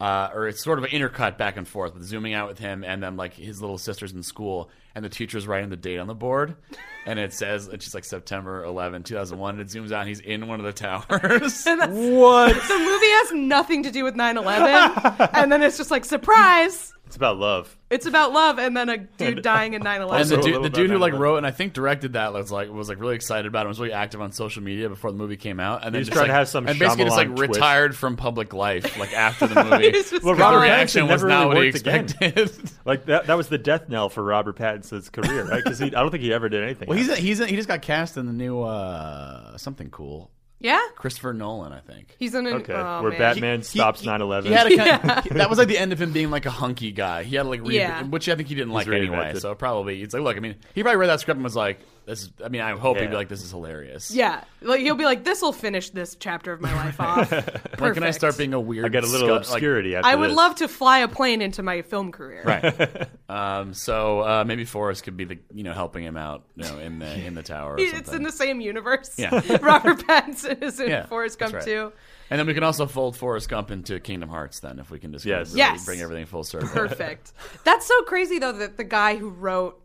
A: uh, or it's sort of an intercut back and forth with zooming out with him, and then like his little sister's in school, and the teacher's writing the date on the board, *laughs* and it says it's just like September 11, 2001, and it zooms out, and he's in one of the towers. *laughs*
G: What?
C: *laughs* the movie has nothing to do with 9-11 and then it's just like surprise
G: It's about love.
C: it's about love and then a dude dying in 9-11
A: And the
C: *laughs*
A: *laughs*
G: Also a
A: dude,
G: little
A: the
G: bit
A: dude who
G: about
A: like
G: that.
A: wrote and I think directed that was like was like really excited about it. Was really active on social media before the movie came out, and then
G: was
A: just
G: trying
A: like,
G: to have some
A: and basically just like
G: Shyamalan twist.
A: retired from public life like
G: *laughs*
A: after the movie.
C: He's just
G: Well,
C: gone.
G: Robert
A: the reaction
G: Pattinson
A: was
G: never
A: not
G: really
A: what he
G: worked again.
A: expected.
G: *laughs* Like, that, that was the death knell for Robert Pattinson's career, right? Because I don't think he ever did anything.
A: well, he's he's he just got cast in the new uh something cool,
C: yeah
A: Christopher Nolan, I think.
C: he's in an,
G: Okay,
C: oh,
G: where
C: man.
G: Batman
A: He-
G: stops
A: he-
G: 9 11.
C: *laughs*
A: He had a kind of, that was like the end of him being like a hunky guy. He had like re-
C: Yeah.
A: which I think he didn't like anyway.
G: reinvented.
A: So probably it's like look, I mean, he probably read that script and was like, this. Is, I mean, I hope he'd be
G: Yeah.
A: like, this is hilarious.
C: yeah like you'll be like this will finish this chapter of my life off
A: When can I
C: Perfect.
A: start being a weird?
G: I got a little
A: scut- like,
G: obscurity after
C: i would
G: this.
C: love to fly a plane into my film career
A: right. um, so uh, maybe Forrest could be the you know helping him out you know in the
C: *laughs*
A: in the tower. Or
C: it's
A: something.
C: in the same universe
A: Yeah.
C: *laughs* robert pattinson is in
A: Yeah,
C: forrest
A: that's
C: gump
A: right.
C: 2
A: and then we can also fold Forrest Gump into Kingdom Hearts. Then if we can just kind of
G: Yes.
A: really
C: Yes.
A: bring everything full circle.
C: perfect that's so crazy though that the guy who wrote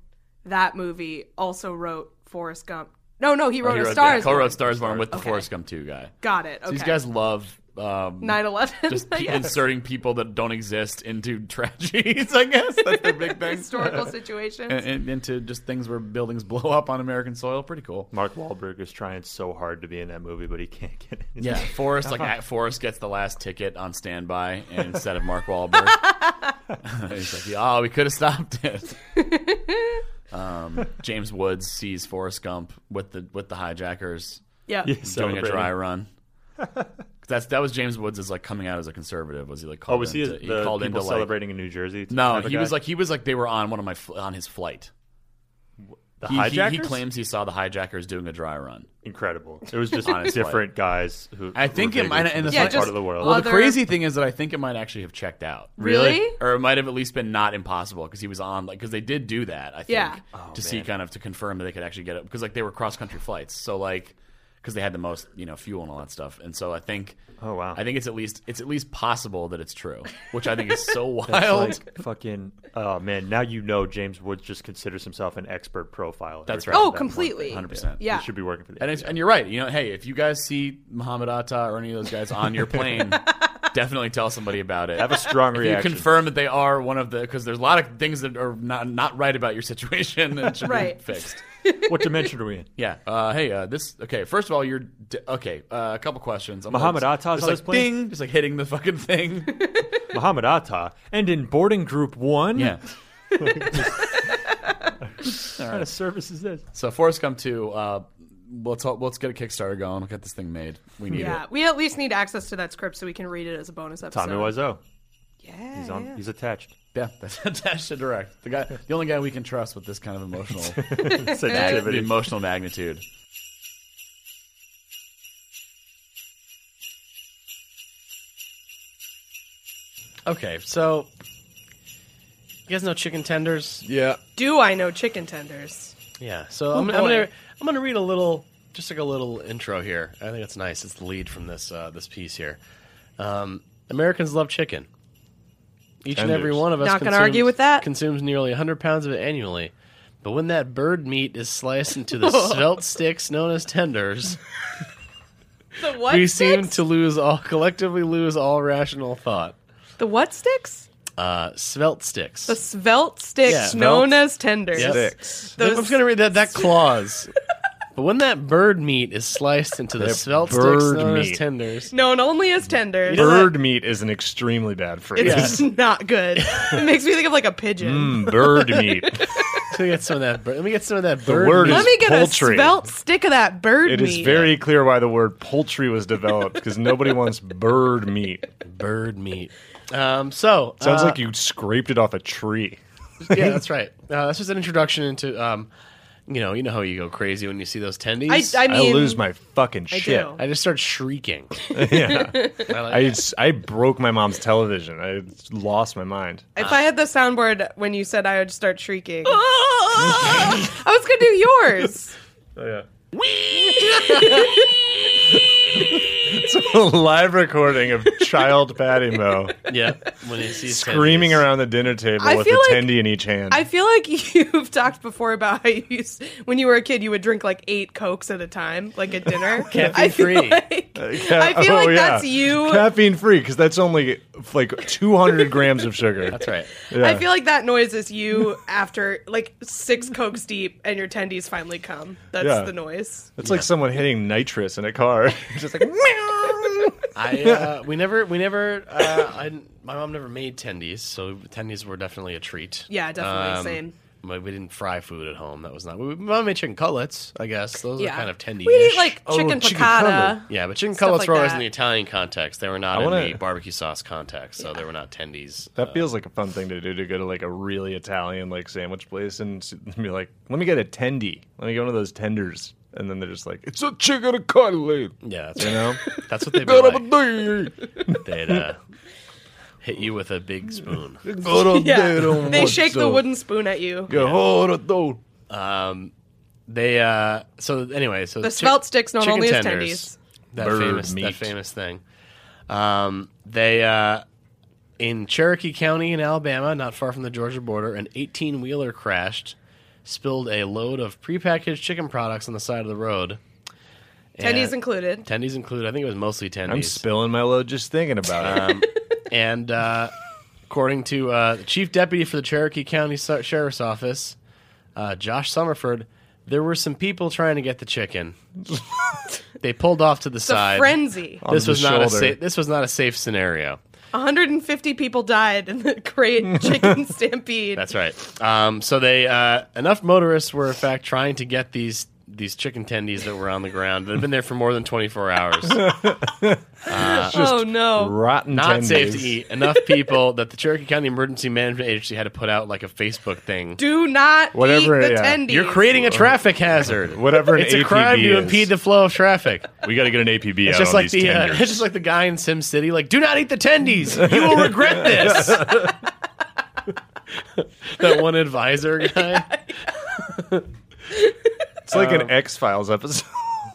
C: that movie also wrote forrest gump no no he wrote
A: Oh, He
C: a
A: wrote-
C: star
A: yeah,
C: Is
A: co-wrote
C: Born.
A: Stars Born with the Forrest Gump two guy.
C: got it okay
A: These guys love. Um,
C: 9-11 *laughs*
A: just
C: I
A: pe-
C: guess.
A: inserting people that don't exist into *laughs* tragedies. I guess that's *laughs*
C: *laughs*
A: their big Uh, thing.
C: historical situations.
A: And- and into just things where buildings *laughs* blow up on American soil. Pretty cool.
G: Mark Wahlberg is trying so hard to be in that movie, but he can't get it. *laughs*
A: Yeah, Forrest
G: Oh.
A: like at- Forrest gets the last ticket on standby and instead of Mark Wahlberg. *laughs* He's like, oh, we could have stopped
G: *laughs*
A: it. um, James Woods sees Forrest Gump with the with the hijackers
C: yeah.
A: doing a
G: Celebrating. *laughs*
A: dry run. 'Cause That's that was James Woods is like coming out as a conservative. Was he like called?
G: Oh, was he,
A: into,
G: the people
A: into, like-
G: celebrating in New Jersey?
A: no,
G: type of
A: he was
G: guy?
A: like he was like they were on one of my fl- on his flight.
G: the
A: He- he-
G: hijackers.
A: he claims he saw the hijackers doing a dry run.
G: incredible. It was just
A: *laughs* Honestly.
G: different guys who
A: I think
G: who
A: it might-
G: might
A: and
G: in
A: the
G: this
A: funny-
G: part
C: Yeah, just-
G: of the world.
A: Well, the
C: other-
A: crazy thing is that I think it might actually have checked out.
C: Really? Oh, Really?
A: Or it might have at least been not impossible because he was on like because they did do that. I think
C: Yeah.
A: to
G: Oh,
A: see kind of to confirm that they could actually get it because like they were cross country flights, so like because they had the most you know fuel and all that stuff, and so I think.
G: Oh, wow.
A: I think it's at least it's at least possible that it's true, which I think is so *laughs* wild.
G: It's like fucking oh man, now you know James Woods just considers himself an expert profiler.
A: That's
G: Or something
A: right.
C: Oh,
G: like that.
C: completely.
A: 100%.
C: Yeah.
G: He should be working for the
A: And, it's, and you're right. You know, hey, if you guys see Muhammad Atta or any of those guys on
C: *laughs*
A: your plane, definitely tell somebody about it.
G: have a strong
A: *laughs* If you
G: reaction.
A: confirm that they are one of the because there's a lot of things that are not not right about your situation and should
C: Right.
A: be fixed.
G: what dimension are we in?
A: Yeah. Uh, hey, uh, this okay. First of all, you're d- okay. Uh, a couple questions. I'm
G: Muhammad
A: gonna-
G: Atta's on
A: just
G: this
A: like
G: plane?
A: ding, just like hitting the
G: *laughs*
A: fucking thing.
G: Muhammad Atta. And in boarding group one,
A: *laughs* yeah.
G: what kind of service is this?
A: So Forrest Gump two. Uh, let's let's get a Kickstarter going. We'll get this thing made. We need
C: yeah.
A: it.
C: We at least need access to that script so we can read it as a bonus episode.
G: Tommy Wiseau.
C: Yeah.
G: He's on he's attached.
A: Yeah, that's *laughs* attached to direct. The guy, the only guy we can trust with this kind
G: *laughs*
A: of emotional,
C: Uh,
A: the
G: Sensitivity.
A: emotional magnitude. Okay, so
H: You guys know chicken tenders?
A: yeah,
C: Do I know chicken tenders?
H: Yeah. So I'm, I'm
A: boy.
H: gonna I'm gonna read a little
A: just like a little intro here. I think it's nice. It's the lead from this uh, this piece here. Um, Americans love chicken. Each and every
I: Tenders.
A: one of us
C: Not gonna
A: consumes-
C: argue with that.
A: consumes nearly 100 pounds of it annually. But when that bird meat is sliced into
C: *laughs*
A: the svelte sticks known as tenders,
C: The what
A: we seem
C: sticks?
A: to lose all collectively lose all rational thought.
C: the what sticks?
A: Uh, svelte sticks.
C: The svelte sticks
A: Yeah.
C: known as tenders.
A: Yes.
J: Sticks.
A: I'm
C: Those-
A: just gonna read that that clause. but when that bird meat is sliced into the svelte sticks
D: bird
A: known
D: meat.
A: as
C: *laughs*
A: tenders,
C: Known only as tenders.
D: Bird meat is an extremely bad phrase.
C: It's not good. It makes me think of like a pigeon.
D: Mm, *laughs*
C: *laughs*
D: bird meat.
A: let me get some of that. bir- Let me get some of that bird.
D: word
A: meat.
D: is-
C: Let me get
D: poultry.
C: a svelte stick of that bird
D: It
C: meat.
D: is very clear why the word poultry was developed
C: *laughs*
D: because nobody wants bird meat.
A: bird meat. Um, so
D: Sounds
A: uh,
D: like you scraped it off a tree.
A: *laughs* yeah, that's right. Uh, that's just an introduction into um, you know, you know how you go crazy when you see those
C: I,
A: tendies.
C: I
D: I,
C: mean,
D: lose my fucking
C: I
D: shit.
C: do.
A: I just start shrieking.
D: *laughs*
C: *laughs*
D: Yeah.
A: I like-
D: I, s- I broke my mom's television. I lost my mind.
C: If I had the soundboard when you said I would start shrieking, *laughs* I was gonna do yours.
I: Oh, yeah.
D: It's a *laughs* live recording of child Patty
C: *laughs*
D: Mo
A: yeah, when you see
D: screaming
A: tendies.
D: around the dinner table
C: I
D: with
C: feel
D: a
C: like-
D: tendy in each hand. *laughs*
C: I feel like *laughs* you've talked before about how you used, when you were a kid you would drink like eight cokes at a time, like at
D: *laughs*
C: dinner. I feel
A: free.
C: like- *laughs* I feel
D: Oh,
C: like
D: yeah.
C: that's you.
D: Caffeine free because that's only like 200 grams of sugar.
A: That's right.
C: I feel like that noise is you after like six cokes deep and your tendies finally come. That's
D: Yeah.
C: the noise.
D: It's like someone hitting nitrous in a
A: *laughs*
D: car. *laughs* It's just like,
A: I uh, we never we never uh, I, my mom never made tendies, so tendies were definitely a treat.
C: Yeah, definitely,
A: Um,
C: same.
A: But we didn't fry food at home. That was not. We, my mom made chicken cutlets. I guess those
C: yeah,
A: are kind of tendy.
C: We eat like
D: Oh,
C: chicken
D: chicken
C: piccata.
A: Yeah, but chicken
C: Stuff
A: cutlets
C: like
A: were always
C: that.
A: in the Italian context. They were not
D: I wanna-
A: in the barbecue sauce context, so they were not tendies.
D: that feels like a fun thing to do to go to like a really Italian like sandwich place and s- be like, let me get a tendy. Let me get one of those tenders. And then they're just like, it's a chicken cutlet.
A: Yeah, that's,
D: You know?
A: that's what they
D: Got
A: were *laughs*
D: up a
A: like.
D: day.
A: They'd uh, hit you with a big
D: *laughs*
A: spoon.
D: Got up
C: Yeah,
D: there
A: *laughs*
D: on
C: they
D: one
C: shake the
D: side.
C: wooden spoon at you.
D: Got hard at though.
A: Um, They uh, so anyway, so
C: The svelte sticks not
A: chicken
C: only as
A: tenders.
C: tendies.
A: that
D: Bird
A: famous
D: meat.
A: that famous thing. Um, they uh, in Cherokee County in Alabama, not far from the Georgia border, an 18 wheeler crashed, spilled a load of prepackaged chicken products on the side of the road.
C: Tendies
A: And-
C: included.
A: tendies included. I think it was mostly tendies.
D: I'm spilling my load just thinking about it.
A: Um, and uh, according to uh, the chief deputy for the Cherokee County Ser- Sheriff's Office, uh, Josh Summerford, there were some people trying to get the chicken. they pulled off to the
C: It's a
A: side.
C: frenzy.
D: On
A: this
D: the
A: was not a
D: shoulder.
A: sa- this was not a safe scenario.
C: 150 people died in the
D: *laughs*
C: great chicken stampede.
A: That's right. Um, so they uh, enough motorists were in fact trying to get these these chicken tendies that were on the ground that had been there for more than 24
D: *laughs*
A: hours.
C: oh no.
D: *laughs* Rotten
A: not
D: tendies.
A: safe to eat. Enough people that the Cherokee County Emergency Management Agency had to put out like a Facebook thing.
C: Do not
D: Whatever,
C: eat the
D: yeah.
C: tendies.
A: You're creating a traffic hazard.
D: Whatever an
A: It's a
D: APB
A: crime to
D: is.
A: impede the flow of traffic.
D: We got to get an APB
A: It's
D: out
A: just
D: on
A: like
D: these
A: the uh, *laughs*
D: tenders.
A: it's just like the guy in Sim City. Like, do not eat the tendies. You will regret this. *laughs* that one advisor guy.
D: It's like
A: Um,
D: an X Files episode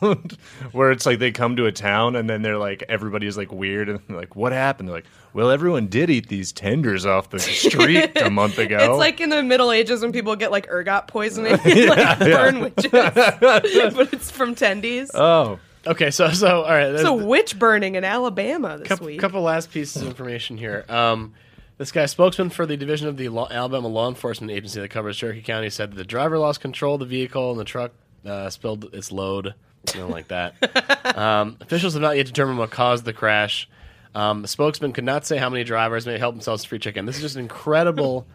D: *laughs* where it's like they come to a town and then they're like everybody's like weird and they're like what happened? They're like, well, everyone did eat these tenders off the street
A: *laughs*
D: a month ago.
C: It's like in the Middle Ages when people get like ergot
A: *laughs*
C: poisoning, and, like burn witches, but it's from tendies.
A: Uh,
D: oh,
A: Okay, so so all right.
C: so
A: there's-
C: witch burning in Alabama this
A: couple,
C: week.
A: couple last pieces of information here. Um, this guy, spokesman for the division of the law, Alabama Law Enforcement Agency that covers Cherokee County, said that the driver lost control of the vehicle and the truck uh, spilled its load, something
C: *laughs*
A: like that. um, officials have not yet determined what caused the crash. Um, the spokesman could not say how many drivers may help themselves to free chicken. This is just
C: *laughs*
A: an incredible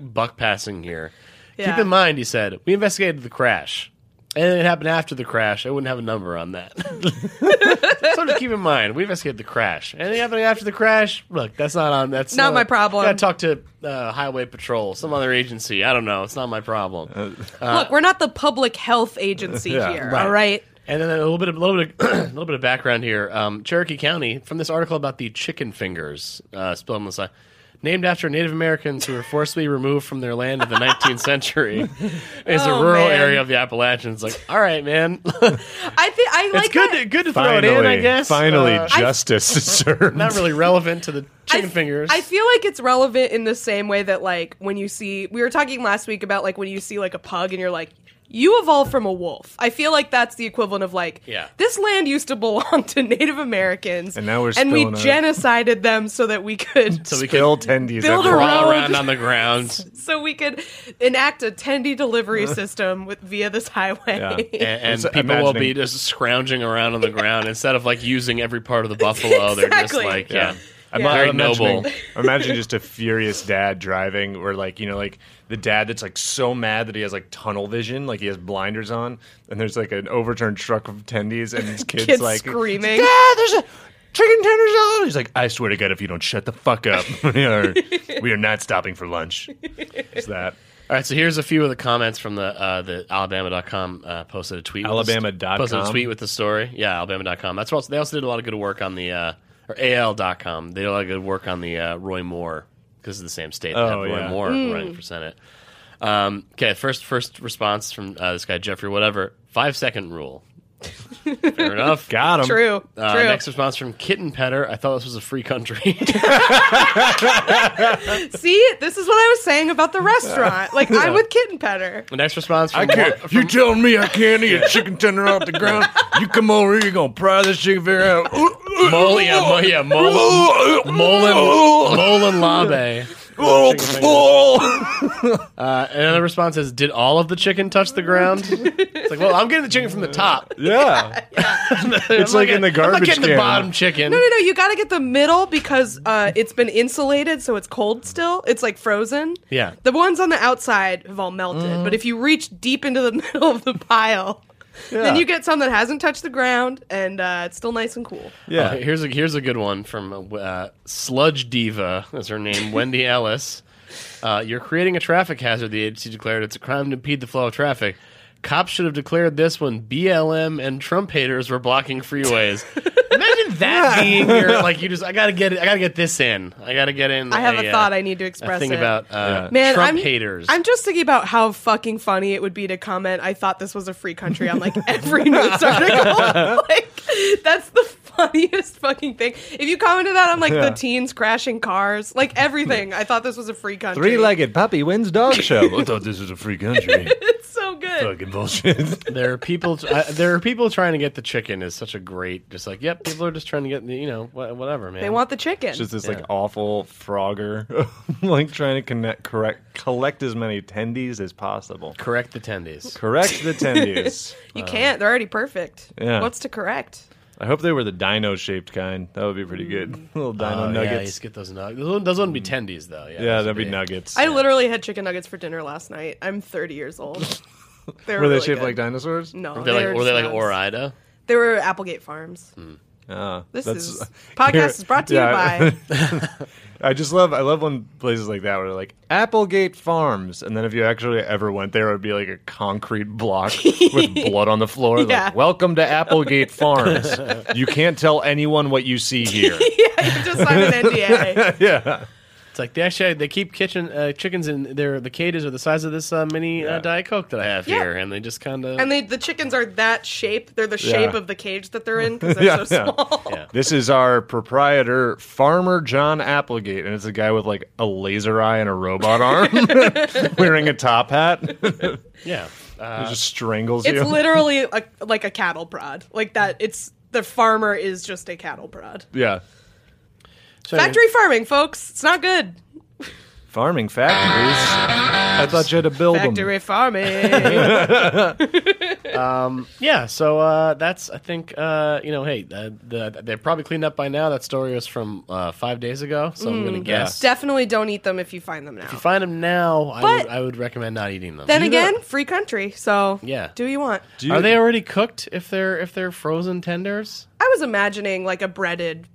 A: buck passing here. Keep
C: Yeah.
A: in mind, he said, we investigated the crash. And it happened after the crash. I wouldn't have a number on that. so just keep in mind, we investigated the crash. Anything happening after the crash? Look, that's not on. That's
C: Not my problem.
A: Got to talk to uh, Highway Patrol, some other agency. I don't know. It's not my problem.
D: Uh,
C: Look, we're not the public
A: *laughs*
C: health agency
D: Yeah,
C: here.
A: right.
C: All right.
A: and then a little bit, of, a little bit, of, *clears throat* a little bit of background here. Um, Cherokee County, from this article about the chicken fingers uh, spilled on the side. named after Native Americans who were forcibly removed from their land in the
C: *laughs*
A: 19th century. It's
C: Oh,
A: a rural
C: man.
A: area of the Appalachians. Like, all right, man, *laughs* it's
C: I think I like
A: good
C: that.
A: to, good to throw
D: Finally,
A: it in, I guess.
D: finally,
A: Uh,
D: justice is
A: *laughs*
D: served.
A: not really relevant to the
C: I
A: chicken
C: f-
A: fingers.
C: I feel like it's relevant in the same way that like when you see we were talking last week about like when you see like a pug and you're like you evolved from a wolf. I feel like that's the equivalent of like
A: Yeah.
C: this land used to belong to Native Americans
D: And now we're
C: and we
D: spilling out.
C: genocided them so that we could
A: *laughs* so we could
D: Bill Tendies.
C: Build
D: everywhere.
A: crawl
C: road.
A: around on the ground.
C: *laughs* so we could enact a tendy
D: *laughs*
C: delivery system with via this highway. *laughs*
A: and, and
D: It's
A: people will be
D: imagining-
A: just scrounging around on the ground instead of like using every part of the buffalo. They're just
C: Exactly.
A: like, yeah,
D: I'm
C: Yeah.
A: very
D: I'm imagining-
A: noble.
D: I'm imagining just a furious dad driving, or like you know, like the dad that's like so mad that he has like tunnel vision, like he has blinders on, and there's like an overturned truck of tendies, and
C: *laughs*
D: his kids,
C: Kids
D: like
C: screaming.
D: Yeah, there's a chicken tenders on. He's like, I swear to God, if you don't shut the fuck up, *laughs* we are we are not stopping for lunch. Is that
A: All right, so here's a few of the comments from the uh, the Alabama.com uh, posted a tweet. with the st-
D: Alabama.com?
A: posted a tweet with the story. Yeah, Alabama.com. That's also, they also did a lot of good work on the uh, or AL.com. They did a lot of good work on the uh, Roy Moore because it's the same state. that
D: Oh,
A: had Roy
D: yeah.
A: Moore running for Senate. Um, okay, first first response from uh, this guy Jeffrey whatever five second rule. Fair enough.
D: got him?
C: True.
A: Uh,
C: true.
A: Next response from Kitten Petter. I thought this was a free country. *laughs*
C: See, this is what I was saying about the restaurant.
D: *laughs*
C: Like I'm with Kitten Petter.
A: next response from
D: You telling me I can't eat a chicken tender off the ground? You come over here, you gonna pry this chicken finger out?
A: Mole, yeah, Mole,
D: *laughs*
A: yeah, Mole, Molin, Molin Labe.
D: *laughs*
A: Uh, another response is, "Did all of the chicken touch the ground?" It's like, well, I'm getting the chicken from the top.
C: *laughs*
D: Yeah. It's
A: *laughs* I'm not
D: like in the
A: getting- I'm not
D: garbage
A: getting the
D: can.
A: bottom chicken.
C: No, no, no. You got to get the middle because uh, it's been insulated, so it's cold still. It's like frozen.
A: Yeah. Mm.
C: The ones on the outside have all melted, but if you reach deep into the *laughs* middle of the pile, then you get some that hasn't touched the ground and uh, it's still nice and cool.
A: Yeah. here's a here's a good one from uh, Sludge Diva. Is her name Wendy Ellis? Uh, You're creating a traffic hazard. The agency declared it's a crime to impede the flow of traffic. Cops should have declared this when BLM and Trump haters were blocking freeways. Imagine that being your like you just I gotta get it. I gotta get this in. I gotta get in.
C: I have a
A: uh,
C: thought I need to
A: a
C: express.
A: thing
C: it.
A: about uh,
C: Man,
A: Trump
C: I'm,
A: haters.
C: I'm just thinking about how fucking funny it would be to comment. I thought this was a free country on like every news article. *laughs* like that's the funniest fucking thing. If you commented that on like the teens crashing cars, like everything, I thought this was a free country.
K: puppy wins dog
D: *laughs* I thought this was a free country.
C: it's so good.
D: Fucking *laughs* bullshit.
A: there are people. I, there are people trying to get the chicken. Is such a great. Just like yep, people are just trying to get the you know wha- whatever man.
C: They want the chicken.
D: Just this like awful Frogger, *laughs* like trying to connect, correct, collect as many attendees as possible.
A: correct attendees.
D: Correct the attendees.
C: you can't. They're already perfect.
D: Yeah.
C: What's to correct?
D: I hope they were the dino shaped kind. That would be pretty good. Little dino
A: Oh, Yeah, you
D: nuggets. Mm.
A: just get those nuggets. Those, one- those wouldn't be tendies though. Yeah,
D: Yeah, that'd be nuggets.
C: I literally had chicken nuggets for dinner last night. I'm 30 years old. They were,
D: were they
C: really
D: shaped
C: good.
D: like dinosaurs?
C: No,
A: They're like,
C: were
A: or they like
C: just nuts.
A: Orida.
C: They were Applegate Farms.
D: Ah,
C: This
D: that's- *laughs*
C: is podcast is brought to
D: Yeah. *laughs*
C: you by
D: I just love I love when places like that where they're like Applegate Farms, and then if you actually ever went there, it would be like a concrete block
C: *laughs*
D: with blood on the floor.
C: Yeah.
D: Like, welcome to Applegate Farms. you can't tell anyone what you see
C: *laughs*
D: here. *laughs*
C: yeah, you just sign an NDA.
D: yeah,
A: It's like they actually they keep kitchen uh, chickens in their the cages are the size of this uh, mini uh, diet coke that I have
C: Yeah.
A: here, and they just kind of
C: And they, the chickens are that shape. They're the shape
D: Yeah.
C: of the cage that they're in
D: *laughs*
C: because they're
D: Yeah,
C: so
D: yeah.
C: small.
A: Yeah.
D: this is our proprietor, Farmer John Applegate, and it's a guy with like a laser eye and a robot arm, *laughs* wearing a top hat, *laughs* It
A: yeah. Uh,
D: just
C: *laughs*
D: strangles
C: It's
D: you.
C: literally a, like a cattle prod. Like that. It's the farmer is just a cattle prod.
D: yeah,
A: so anyway,
C: Factory farming, folks. It's not good.
D: farming factories. I thought you had to build them.
C: Factory
A: *laughs*
C: farming.
A: yeah, so uh, that's I think uh, you know hey uh, the, they're probably cleaned up by now. That story was from uh, five days ago, so I'm
C: Mm,
A: gonna guess.
C: Definitely don't eat them if you find them now.
A: If you find them now, I would,
C: But-
A: I would recommend not eating them.
C: then again, free country. So
A: Yeah.
C: do what you want?
A: are they already cooked? If they're if they're frozen tenders,
C: I was imagining like a breaded,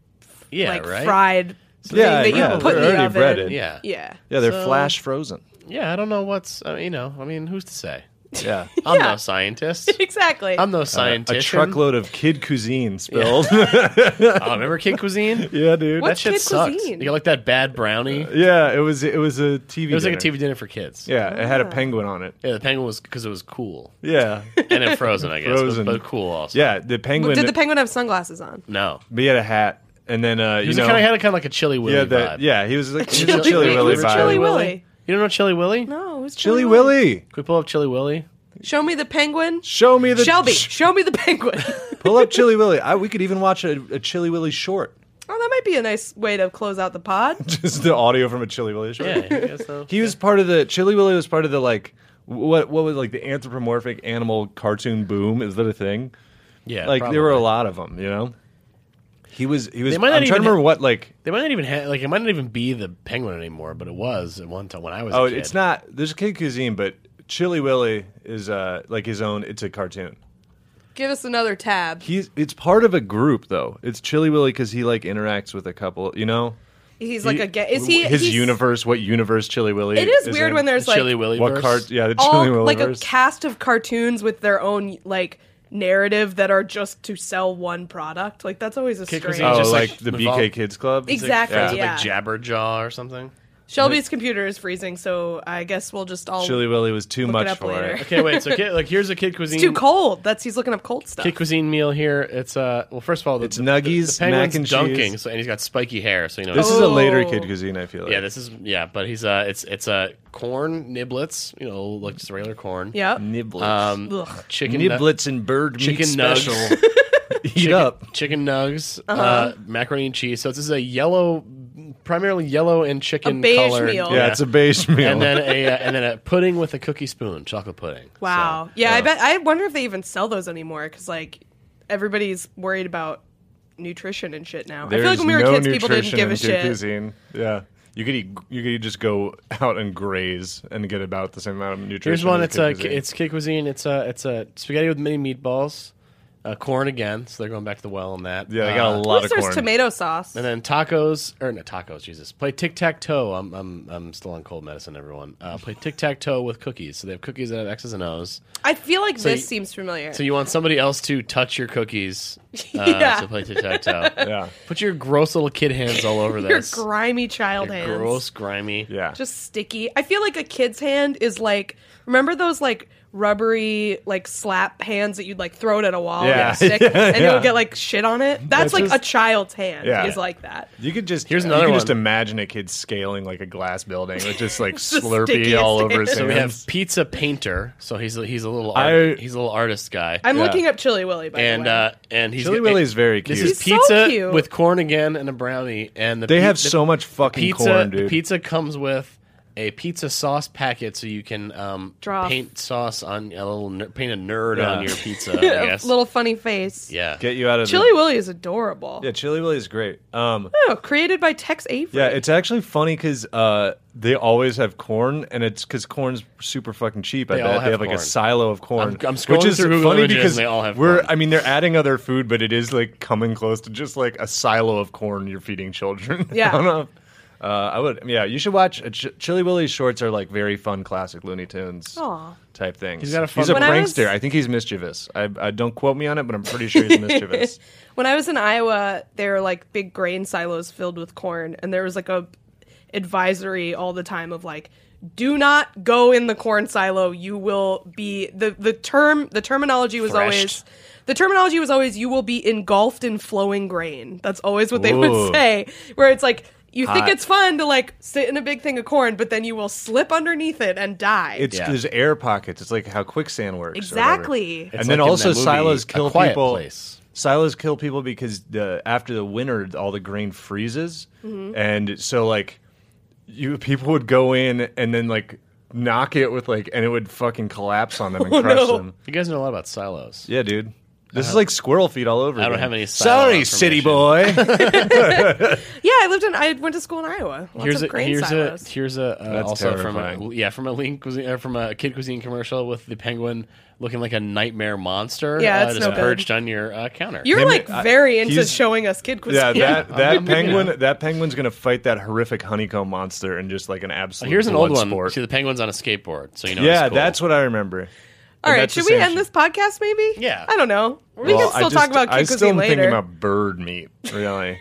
A: yeah,
C: like
A: right.
C: fried
D: Yeah,
C: thing that
D: yeah,
C: you put in
D: they're
C: the
D: already
C: oven.
D: breaded.
A: Yeah.
C: Yeah. *laughs*
D: Yeah, they're
A: So- *laughs*
D: flash frozen.
C: *laughs*
A: Yeah, I don't know what's I mean, you know. I mean, who's to say?
D: Yeah.
A: I'm
C: Yeah.
A: no scientist.
C: exactly.
A: I'm no
D: *laughs* A
A: scientist.
D: truckload of kid cuisine
A: *laughs*
D: spilled. *laughs*
A: Oh, remember Kid Cuisine?
D: yeah, dude.
C: What's
A: Shit
C: kid
A: sucked. You
C: cuisine?
A: got like that bad brownie.
D: Yeah, it was it was a TV.
A: It was like a Oh.
D: Uh, dinner.
A: TV dinner for kids.
D: Yeah, it had a penguin on it.
A: Yeah, the penguin was because it was
D: *laughs*
A: cool. *laughs*
D: Yeah,
A: And it frozen, I guess. but-
D: Frozen.
A: But, cool also.
D: yeah. The
C: Well,
D: penguin.
C: Did the penguin have sunglasses on?
A: No.
D: but he had a hat, and then uh, you
A: He
D: know,
A: kind of had a kind of like a chilly willy
D: yeah,
A: vibe.
D: that, yeah. He
A: *laughs*
D: was like he was a
A: Chili
D: chilly willy
A: Willy.
D: vibe.
C: Chili
D: Chilly
C: Willy.
A: You don't know Chilly Willy? Can
C: No, it was Chili,
D: Chilly Willy.
A: we pull up
C: *laughs*
A: Chilly Willy?
C: Show me the penguin.
D: Show me the
C: Shelby,
D: sh-
C: show me the
D: *laughs*
C: penguin.
D: pull up Chilly Willy. I, we could even watch a, a Chilly Willy short. *laughs*
C: Oh, that might be a nice way to close out the pod.
D: Just the audio from a Chilly Willy short.
A: Yeah, I guess so.
D: He was part of the Chilly Willy was part of the like what what was like the anthropomorphic animal cartoon boom? Is that a thing?
A: Yeah.
D: like
A: probably.
D: there were a lot of them, you know. He was he was.
A: They
D: I'm
A: might not
D: trying to
A: even
D: remember
A: ha-
D: what like.
A: They might not even have, like, it might not even be the penguin anymore, but it was at one time when I was
D: Oh,
A: a kid.
D: it's not. There's Kid Cuisine, but Chili Willy is uh like his own. It's a cartoon.
C: Give us another tab.
D: He's it's part of a group though. It's Chili Willy because he like interacts with a couple. You know,
C: He's like
D: He-
C: a ga- is he
D: his
C: he's-
D: universe? What universe Chili Willy?
C: It is weird
D: in.
C: when there's
A: The Chilly
C: like
A: Willy
D: what
A: verse.
D: cart? Yeah, the
C: all
D: Chili Willy
C: like a
D: verse.
C: cast of cartoons with their own like narrative that are just to sell one product. Like that's always a
A: Kid
C: strange.
A: Cuisine
D: oh,
A: It's just,
D: like,
A: like,
D: the
A: involved-
D: BK Kids Club.
C: Exactly.
D: Yeah.
A: Is it,
C: Yeah.
A: like Jabberjaw
C: *laughs*
A: or something?
C: Shelby's computer is freezing, so I guess we'll just all.
D: Chili Willy was too
C: Look it
D: much
C: up
D: for
C: later.
D: it.
A: Okay, wait. So, kid, like, here's a Kid Cuisine.
C: It's too cold. That's he's looking up cold stuff.
A: Kid Cuisine meal here. It's, uh, well, first of all, the,
D: It's
A: the,
D: nuggies,
A: the penguin's
D: mac and cheese.
A: dunking, so, and he's got spiky hair, so you know.
D: This is a later
C: Oh.
D: Kid Cuisine. I feel like.
A: yeah, this is yeah, but he's uh, it's it's uh, corn niblets, you know, like just regular corn.
C: Yeah.
D: niblets.
A: Um,
C: Ugh.
A: chicken nu-
D: niblets and bird meat
A: chicken nugs.
D: special.
A: *laughs*
D: *laughs* Heat up.
A: chicken nugs,
C: Uh-huh.
A: uh macaroni and cheese. So this is a yellow, primarily yellow and chicken
C: beige
A: colored-
C: meal.
D: Yeah, it's a beige meal.
A: and then a uh, and then a pudding with a cookie spoon, chocolate pudding.
C: Wow.
A: So,
C: yeah, I bet. I wonder if they even sell those anymore because like everybody's worried about nutrition and shit now. I feel like when we were
D: There's
C: kids, people didn't
D: nutrition
C: give
D: in
C: a
D: kid
C: shit.
D: Cuisine. Yeah. You could eat, you could just go *laughs* out and graze and get about the same amount of nutrition.
A: here's one. It's
D: as kid
A: a
D: cuisine.
A: it's kid cuisine. It's a it's a spaghetti with mini meatballs, uh, corn again. So they're going back to the well on that.
D: yeah, they got a
A: Uh,
C: At
D: lot
C: least
D: of
C: there's
D: corn.
C: tomato sauce.
A: And then tacos, or no tacos, Jesus. Play tic tac toe. I'm, I'm I'm still on cold medicine, everyone. Uh, play tic tac toe with cookies. So they have cookies that have X's and O's.
C: I feel like this
A: you-
C: seems familiar.
A: So you want somebody else to touch your cookies uh,
C: *laughs* Yeah.
A: to play tic
C: *laughs*
A: tac toe.
D: Yeah,
A: Put your gross little kid hands all over
C: Your
A: this.
C: grimy child
A: Your
C: hands.
A: gross, grimy.
D: yeah.
C: Just sticky. I feel like a kid's hand is like remember those like rubbery like slap hands that you'd like throw it at a wall
D: Yeah.
C: and stick
D: *laughs* Yeah,
C: and
D: yeah.
C: it'll get like shit on it. That's, like
D: just-
C: a child's hand
D: Yeah.
C: is like that.
D: you could just
A: Here's
D: you
A: another
D: could Just
A: one.
D: imagine a kid scaling like a glass building with
C: *laughs*
D: just like
C: the
D: Slurpee
C: stickiest
D: all over
C: hand.
D: his
A: So we have
D: hands.
A: pizza painter. So he's a, he's a little art,
D: I-
A: he's a little artist guy.
C: I'm
D: Yeah.
C: looking up Chili Willy by
A: and
C: the way.
A: uh, and he's
D: Chili Willy's very
A: This
D: cute.
A: is
C: He's so
A: pizza
C: cute.
A: with corn again and a brownie. And the
D: They
A: pi-
D: have
A: the
D: so much fucking
A: pizza.
D: corn,
A: the
D: dude.
A: pizza comes with a pizza sauce packet, so you can um,
C: Draw.
A: paint sauce on a little ner- paint a nerd
D: Yeah.
A: on
C: *laughs*
A: your pizza. I guess.
C: little funny face.
A: yeah.
D: Get you out of
C: Chili
D: The,
C: Willy is adorable.
D: yeah, Chili Willy is great. Um,
C: Oh, created by Tex Avery.
D: yeah, it's actually funny because uh, they always have corn, and it's because corn's super fucking cheap. I
A: They
D: bet
A: all
D: they
A: have
D: have like a
A: corn.
D: silo of corn,
A: I'm- I'm scrolling
D: which is
A: through Google
D: funny
A: Images and
D: because
A: they all have
D: we're.
A: corn.
D: I mean, they're adding other food, but it is like coming close to just like a silo of corn you're feeding children. *laughs*
C: Yeah.
D: I don't know. Uh, I would. Yeah, you should watch. Uh, Ch- Chili Willy's shorts are like very fun, classic Looney Tunes
C: Aw.
D: type things.
A: He's got a fun-
D: He's a
C: When I was-
D: prankster. I think he's mischievous. I, I don't quote me on it, but I'm pretty sure he's mischievous.
A: *laughs*
C: When I was in Iowa, there were like big grain silos filled with corn, and there was like a advisory all the time of like, do not go in the corn silo. You will be the the term the terminology was always
A: Threshed.
C: the terminology was always you will be engulfed in flowing grain. That's always what they
D: Ooh.
C: would say. Where it's like you
D: Hot.
C: think it's fun to like sit in a big thing of corn, but then you will slip underneath it and die.
D: It's
A: Yeah.
D: there's air pockets. It's like how quicksand works. or whatever.
C: Exactly. It's
D: And then
A: like in
D: also
A: that movie,
D: silos
A: A
D: kill
A: Quiet
D: people.
A: Place.
D: Silos kill people because the after the winter all the grain freezes,
C: Mm-hmm.
D: and so like you people would go in and then like knock it with like and it would fucking collapse on them
C: *laughs*
D: and crush
C: Oh, no.
D: them.
A: You guys know a lot about silos.
D: Yeah, dude. This is like squirrel feet all over.
A: Uh-huh. I don't
D: again.
A: have any silo
D: Sorry,
A: *laughs*
D: city boy.
C: Yeah, I lived in. I went to school in Iowa. Lots
A: Here's
C: of
A: a
C: grain
A: here's
C: silos.
A: a here's a uh,
D: That's
A: also from
D: terrifying.
A: a, yeah from a Link cuisine, uh, from a Kid Cuisine commercial with the penguin looking like a nightmare monster.
C: Yeah,
A: uh,
C: that's
A: just
C: no good.
A: perched on your uh, counter.
C: You're
D: Him-
C: like
D: I-
C: very into
D: he's-
C: showing us kid cuisine.
D: yeah, that that penguin that penguin's gonna fight that horrific honeycomb monster and just like an absolute.
A: Here's an old
D: blood
A: one.
D: sport.
A: See the penguin's on a skateboard, so you know.
D: Yeah,
A: it's cool.
D: that's what I remember.
C: *laughs* All right,
L: that's
C: should we
L: essential.
C: end this podcast maybe?
M: Yeah.
C: I don't know. We
L: Well,
C: can still
L: I
C: talk
L: just-
C: about
L: I
C: kid
L: still
C: cuisine
L: am
C: later.
L: thinking about bird meat, really.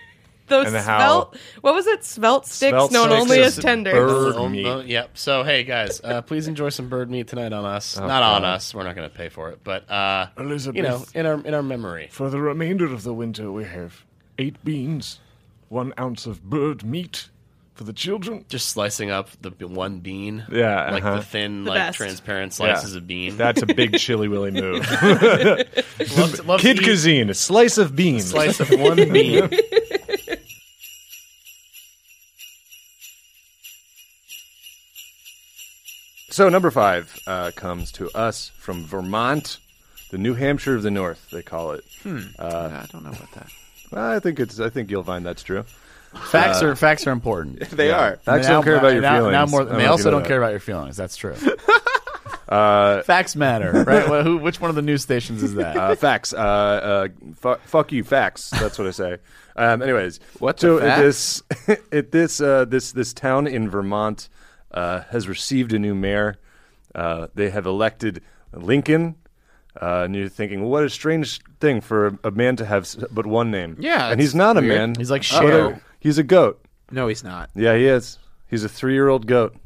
C: Those
L: and
C: svelte,
L: how-
C: what was it? Svelte sticks
L: Svelte
C: known
L: sticks
C: only
L: is
C: as tenders.
L: bird-
M: Oh,
L: meat.
M: oh, yep. So hey guys, uh, please enjoy some bird meat tonight on us.
L: Oh,
M: not on us. We're not going to pay for it, but uh, you know,
L: Elizabeth.
M: in our in our memory.
L: *laughs* For the remainder of the winter, we have eight beans, one ounce of bird meat for the children.
M: Just slicing up the b- one bean.
L: Yeah,
M: Like
L: uh-huh.
M: the thin,
C: The
M: like
C: best.
M: transparent slices of bean.
L: That's a big chili willy move.
M: Love to- love to
L: Kid
M: eat
L: cuisine, a slice of beans.
M: a Slice
L: *laughs*
M: of one bean.
D: So number five uh, comes to us from Vermont, the New Hampshire of the North. They call it. Uh,
E: I don't know what that.
D: I think it's. I think you'll find that's true.
A: Facts are facts are important.
D: They are.
A: And
D: Uh, *laughs* Facts don't care about your
A: now-
D: feelings.
A: Now more,
D: I
A: they
D: know if
A: also
D: you know
A: don't
D: that.
A: care about your feelings. That's
D: *laughs*
A: true. facts matter, right? Well, who, which one of the news stations is that?
D: Uh, facts. Uh, uh, fu- fuck you, facts. That's what I say. Um, anyways,
A: What
D: So
A: the
D: at this, *laughs* at this, uh, this, this town in Vermont uh, has received a new mayor. Uh, they have elected Lincoln. Uh, and you're thinking, well, what a strange thing for a, a man to have s- but one name.
E: Yeah,
D: and he's
E: it's
D: not a
E: weird.
D: man.
A: He's like
D: but
A: Cher.
D: a- He's a goat.
E: No, he's not.
D: Yeah, he is. He's a three-year-old goat.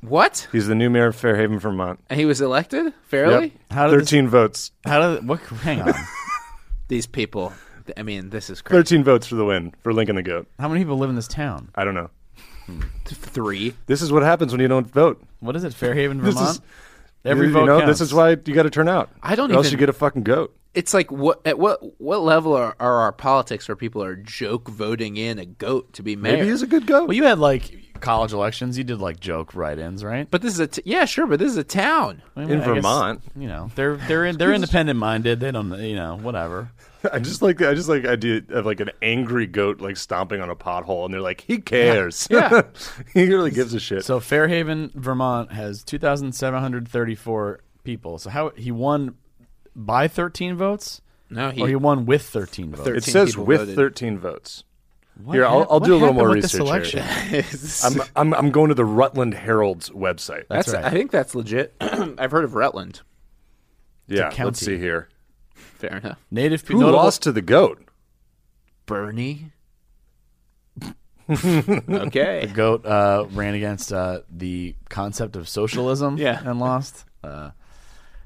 E: What?
D: He's the new mayor of Fairhaven, Vermont.
E: And he was elected fairly.
D: Yep.
A: How did this-
D: Thirteen votes.
A: How did what? Hang on.
E: These people. th- I mean, this is crazy.
D: Thirteen votes for the win for Lincoln the goat.
A: How many people live in this town?
D: I don't know.
E: Three.
D: This is what happens when you don't vote.
A: What is it? Fairhaven,
D: This
A: Vermont.
D: is-
A: Every
D: you,
A: vote
D: you know,
A: counts.
D: this is why you got to turn out.
E: I don't
D: or else
E: even-
D: you get a fucking goat.
E: It's like what at what what level are, are our politics where people are joke voting in a goat to be mayor?
D: Maybe he's a good goat.
A: Well, you had like college elections. You did like joke write-ins, right?
E: But this is a t- yeah, sure. But this is a town.
A: I mean,
D: in
A: I guess,
D: Vermont, *laughs*
A: you know, they're they're in, they're independent-minded. They don't, you know, whatever.
D: I just like I just like the idea of like an angry goat like stomping on a pothole, and they're like, he cares.
A: Yeah.
D: *laughs* he really gives a shit.
A: So Fairhaven, Vermont has 2,734 people. So how he won by 13 votes?
E: No, he-
A: or he won with 13 votes.
D: it
E: 13
D: says
E: people
D: with
E: voted.
D: thirteen votes.
A: What
D: Here, I'll,
A: hap-
D: I'll
A: what
D: do a little
A: happened
D: more
A: with this
D: research.
A: election?
D: Here.
E: That's,
D: I'm, I'm I'm going to the Rutland Herald's website.
A: right.
E: I think that's legit. *clears throat* I've heard of Rutland.
D: yeah,
A: county.
D: let's see here.
E: Fair enough.
A: Native
D: Who
A: people. notable-
D: lost to the goat?
E: Bernie. okay.
A: Goat uh, ran against uh, the concept of socialism
E: Yeah.
A: and lost. Uh,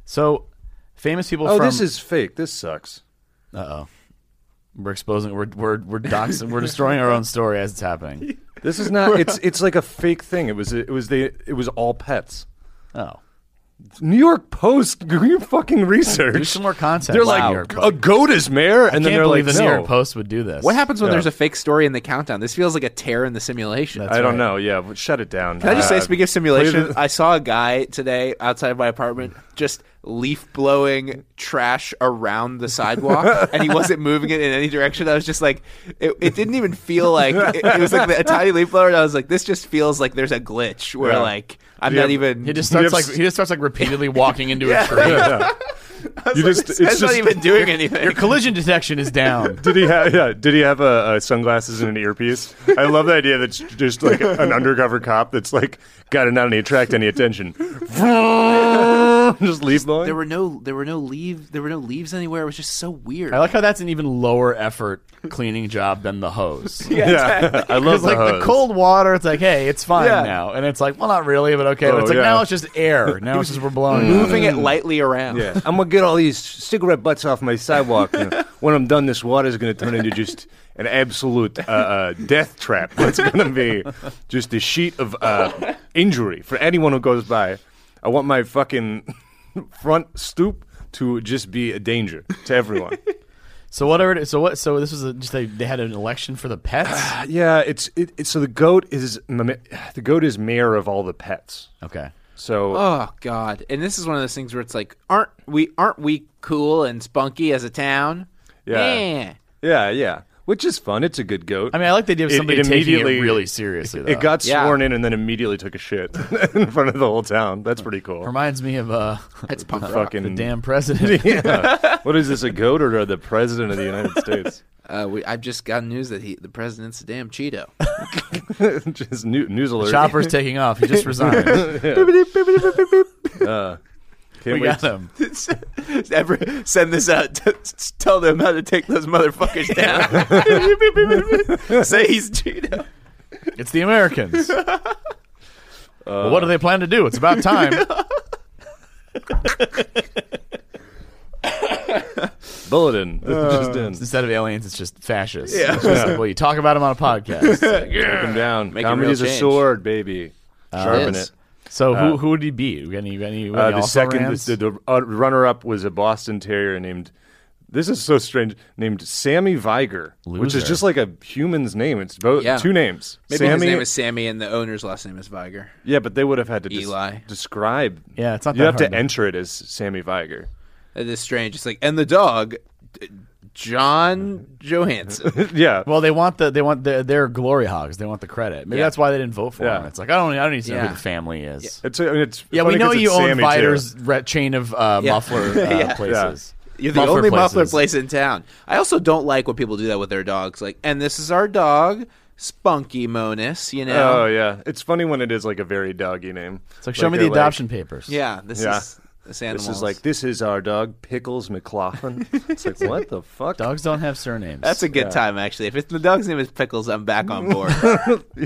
A: so famous people
D: Oh,
A: from
D: this is fake. This *laughs* sucks.
A: Uh-oh. We're exposing we're we're we're doxing, we're destroying our own story as it's happening.
D: This is not. it's it's like a fake thing. It was it was the it was all pets.
A: Oh.
D: New York Post, *laughs* do your fucking
A: Do
D: research.
A: some more content.
D: They're
A: Wow.
D: like a goat is mayor, and
A: Can't
D: then they're like,
A: believe the New
D: no.
A: York Post would do this.
E: What happens when
D: Yeah.
E: there's a fake story in the countdown? This feels like a tear in the simulation.
A: That's
D: I don't
A: right.
D: know. Yeah, but shut it down.
E: Can I just
D: Uh,
E: say, speaking of simulation,
D: play the-
E: I saw a guy today outside of my apartment just leaf blowing trash around the sidewalk, and he wasn't moving it in any direction. I was just like, it, it didn't even feel like it, it was like the, a tiny leaf blower. And I was like, this just feels like there's a glitch where
D: Yeah.
E: like I'm
D: Yeah,
E: not
D: but
E: even.
A: He just
D: You
A: starts
D: have
A: like
D: s-
A: he just starts like repeatedly walking into a tree. *laughs*
D: Yeah, yeah. you just,
E: it's
D: it's
E: not
D: just-
E: even doing anything.
A: Your collision detection is down.
D: *laughs* Did he have? Yeah. Did he have a, uh sunglasses and an earpiece? I love the idea that's just like an undercover cop that's like got to not attract any
A: *laughs*
D: attention. just leave blowing.
E: There were no there were no leaves there were no leaves anywhere. It was just so weird.
A: I like how that's an even lower effort cleaning job than
E: *laughs*
A: the hose.
D: yeah, I love
A: Because
D: the
A: like
D: hose.
A: the cold water, it's like, hey, it's fine
E: Yeah.
A: now, and it's like, well, not really, but okay.
D: Oh,
A: but it's like
D: yeah.
A: now it's just
D: *laughs*
A: air. Now it's just we're blowing. it.
E: moving it lightly around.
D: Yeah, *laughs* I'm gonna get all these cigarette butts off my sidewalk.
A: *laughs*
D: and when I'm done, this water is gonna turn into just an absolute uh, uh, death trap. *laughs* It's gonna be just a sheet of uh, injury for anyone who goes by. I want my fucking *laughs* front stoop to just be a danger
A: *laughs*
D: to everyone.
A: *laughs* So whatever. It is, so what? So this was a, just they, they had an election for the pets.
G: *sighs*
D: yeah, it's it, it's so the goat is m- the goat is mayor of all the pets.
A: Okay.
D: So
E: Oh God! And this is one of those things where it's like, aren't we? Aren't we cool and spunky as a town?
D: Yeah.
E: Man.
D: yeah, yeah, which is fun. It's a good goat.
A: I mean, I like the idea of
D: It-
A: somebody
D: it
A: taking
D: immediately-
A: it really seriously. Though.
D: It got
E: Yeah.
D: sworn in and then immediately took a shit *laughs* in front of the whole town. That's pretty cool.
A: reminds me of uh,
E: That's punk rock.
D: Fucking
A: the damn president.
D: Yeah. what is this? A goat or the president of the *laughs* United States?
E: Uh, we, I've just gotten news that he, the president's a damn
D: *laughs*
E: Cheeto.
D: Just new, news alert.
A: Chopper's taking off. He just resigned.
D: Uh,
A: Can't
B: wait. Ever send this out. To, s- tell them how to take those motherfuckers
D: *laughs*
E: *laughs*
B: down. Say he's Gino.
A: It's the Americans. Well, what do they plan to do?
L: *laughs*
A: It's about time.
D: *laughs*
N: Bulletin.
D: Uh,
N: Just in.
A: Instead of aliens, it's just fascists.
B: Yeah.
A: It's just like, well, you talk about them on a podcast.
N: Take him down.
B: Make a
N: Comedy's
B: real
N: a
B: change.
N: sword, baby. Sharpen
O: yes.
N: it.
A: So who who would he be? Any any, any
D: Uh, the
A: Alpha
D: second,
A: Rams?
D: the, the uh, runner-up was a Boston Terrier named. This is so strange. Named Sammy Viger, which is
A: Loser.
D: just like a human's name. It's both
E: Yeah.
D: two names.
E: Maybe
D: Sammy,
E: his name is Sammy and the owner's last name is Viger.
D: yeah, but they would have had to des-
E: Eli.
D: describe.
A: Yeah, it's not
D: You
A: that
D: have to
A: hard to-
D: enter it as Sammy Viger.
E: That is strange. It's like and the dog, uh, John Johansson.
A: *laughs*
D: yeah,
A: well, they want the they want the, their glory hogs. They want the credit. Maybe
E: Yeah.
A: that's why they didn't vote for
D: Yeah.
A: him. It's like I don't I don't need to know
E: Yeah.
A: who the family is.
D: it's, I mean, it's
A: Yeah,
D: funny
A: we know
D: 'cause
A: you
D: it's
A: own
D: Sammy, too.
A: Viter's re- chain of uh,
E: *laughs*
A: muffler uh,
E: Yeah.
A: places.
E: You're the
A: Muffler
E: only
A: places.
E: muffler place in town. I also don't like when people do that with their dogs. Like, and this is our dog, Spunky Monis. You know.
D: Oh yeah, it's funny when it is like a very doggy name.
A: It's like show me the
D: they're like,
A: adoption papers.
E: yeah. This
D: Yeah.
E: is this animal.
D: This is like this is our dog Pickles
A: *laughs*
D: McLaughlin. it's like what the fuck?
A: dogs don't have surnames.
E: That's a good time, actually. If it's, the dog's name is Pickles, I'm back on board.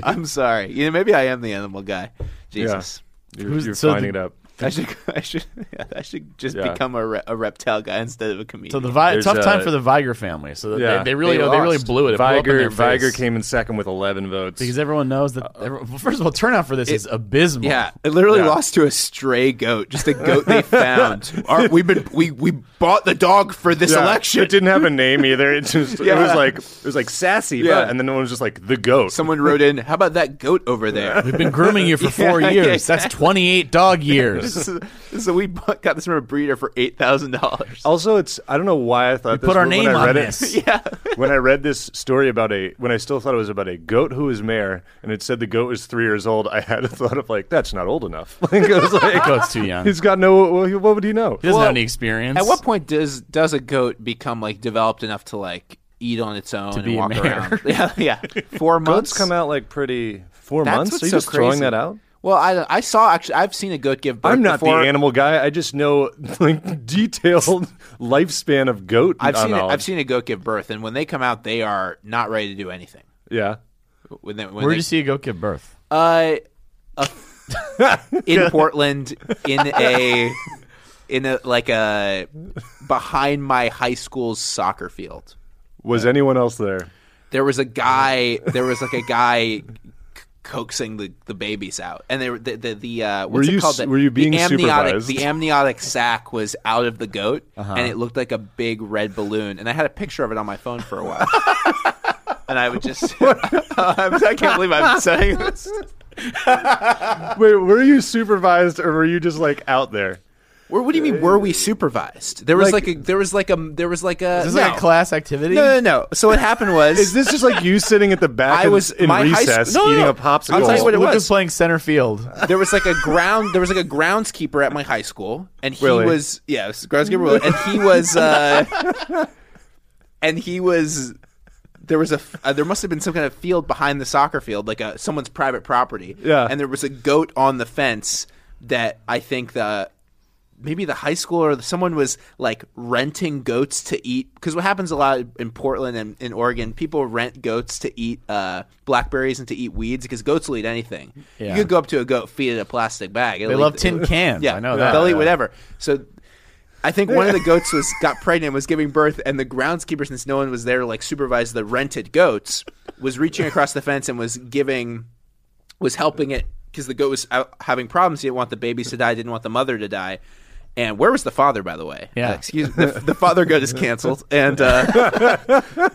E: I'm sorry. You know, maybe I am the animal guy. Jesus,
D: You're,
A: Who's-
D: you're
A: so
D: finding
A: the-
D: it up.
E: I should, *laughs* I should, yeah, I should just
D: Yeah.
E: become a, re- a reptile guy instead of a comedian.
A: *laughs* so the Vi-
D: There's,
A: tough time
D: uh,
A: for the Viger family. So that
D: yeah.
A: they, they really
E: They
A: they, really
E: lost.
A: blew it. it blew up in
D: Viger
A: their face.
D: Viger came in second with 11 votes.
A: because everyone knows that. every- well, first of all, turnout for this is abysmal.
E: yeah, it literally lost to a stray goat, just a goat they
A: *laughs*
E: found. Our, we've been we we bought the dog for this
D: Yeah.
E: election.
D: It didn't have a name either. It
A: *laughs*
D: just it was
E: Yeah.
D: like it was like sassy,
E: Yeah.
D: but, and then it was just like the
E: *laughs*
D: goat.
E: Someone wrote in, "How about that goat over
A: *laughs*
E: there?"
A: We've been grooming you for
E: *laughs*
A: four
E: Yeah, yeah,
A: years. That's twenty eight dog years.
E: *laughs* This is- so we bought, got this from a breeder for eight thousand dollars.
D: Also, it's I don't know why I thought this,
A: Put our
D: but when
A: name
D: I
A: on
D: read it-
E: *laughs*
A: this.
E: Yeah,
D: when I read this story about a when I still thought it was about a goat who was mayor, and it said the goat was three years old. I had a thought of like that's not old enough. *laughs* Like, I was like,
A: Goat's too young.
D: he's got no. Well, he- what would he know?
A: He doesn't
E: Well,
A: have any experience.
E: At what point does does a goat become like developed enough to like eat on its own
A: be
E: and
A: a
E: walk
A: mare.
E: around? Yeah, yeah. Four months.
D: Goats come out like pretty four
E: That's
D: months.
E: what's
D: Are you
E: so
D: just throwing
E: crazy.
D: that out?
E: Well, I I saw actually I've seen a goat give birth.
D: I'm not
E: before.
D: the animal guy. I just know *laughs* like detailed *laughs* lifespan of goat.
E: I've seen a,
D: knowledge.
E: I've seen a goat give birth, and when they come out, they are not ready to do anything.
D: Yeah.
E: When they, when
A: Where
E: they,
A: did you see a goat give birth?
E: Uh, a- in Portland, in a in a like a behind my high school's soccer field.
D: Was anyone else there?
E: there was a guy there was like a guy c- coaxing the, the babies out and they were the the, the uh what's
D: Were
E: it
D: you
E: called
D: s-
E: The-
D: were you being
E: the amniotic
D: supervised? Uh-huh.
E: the amniotic sac was out of the goat and it looked like a big red balloon and i had a picture of it on my phone for a
D: *laughs*
E: while and i would just I'm- *laughs* i can't believe i'm saying this
D: *laughs* Wait, were you supervised or were you just like out there?
E: Where, what do you mean were we supervised there was
D: Like-
E: like, a there was like a there was like a
A: Is this
E: no.
A: like a class activity?
E: no no no so what happened was
D: Is this just like you sitting at the back
E: I
D: of-
E: was-
D: in
E: my high sc-
D: recess
E: no, no,
D: eating
E: no.
D: a popsicle?
E: I'll tell you what it
A: Luke
E: was.
A: was playing
E: *laughs*
A: center field.
E: there was like a ground there was like a groundskeeper at my high school and he
D: Really?
E: was yeah it was groundskeeper Willie, and he was uh and he was there was a f- uh, there must have been some kind of field behind the soccer field like a someone's private property
D: Yeah.
E: and there was a goat on the fence that i think the maybe the high school or someone was like renting goats to eat because what happens a lot in portland and in oregon people rent goats to eat uh, blackberries and to eat weeds because goats will eat anything
A: Yeah.
E: you could go up to a goat feed it a plastic bag
A: They
E: *laughs*
A: love tin cans.
E: yeah
A: I know that.
E: they'll eat
A: Yeah.
E: whatever so I think one of
A: *laughs*
E: the goats was got pregnant, was giving birth, and the groundskeeper, since no one was there to like supervise the rented goats, was
A: *laughs*
E: reaching across the fence and was giving, was helping it because the goat was out having problems. He didn't want the babies to die, didn't want the mother to die. And where was the father, by the way?
A: Yeah.
E: Uh, excuse the, the father goat is canceled, and uh,
A: *laughs*
E: *laughs* well,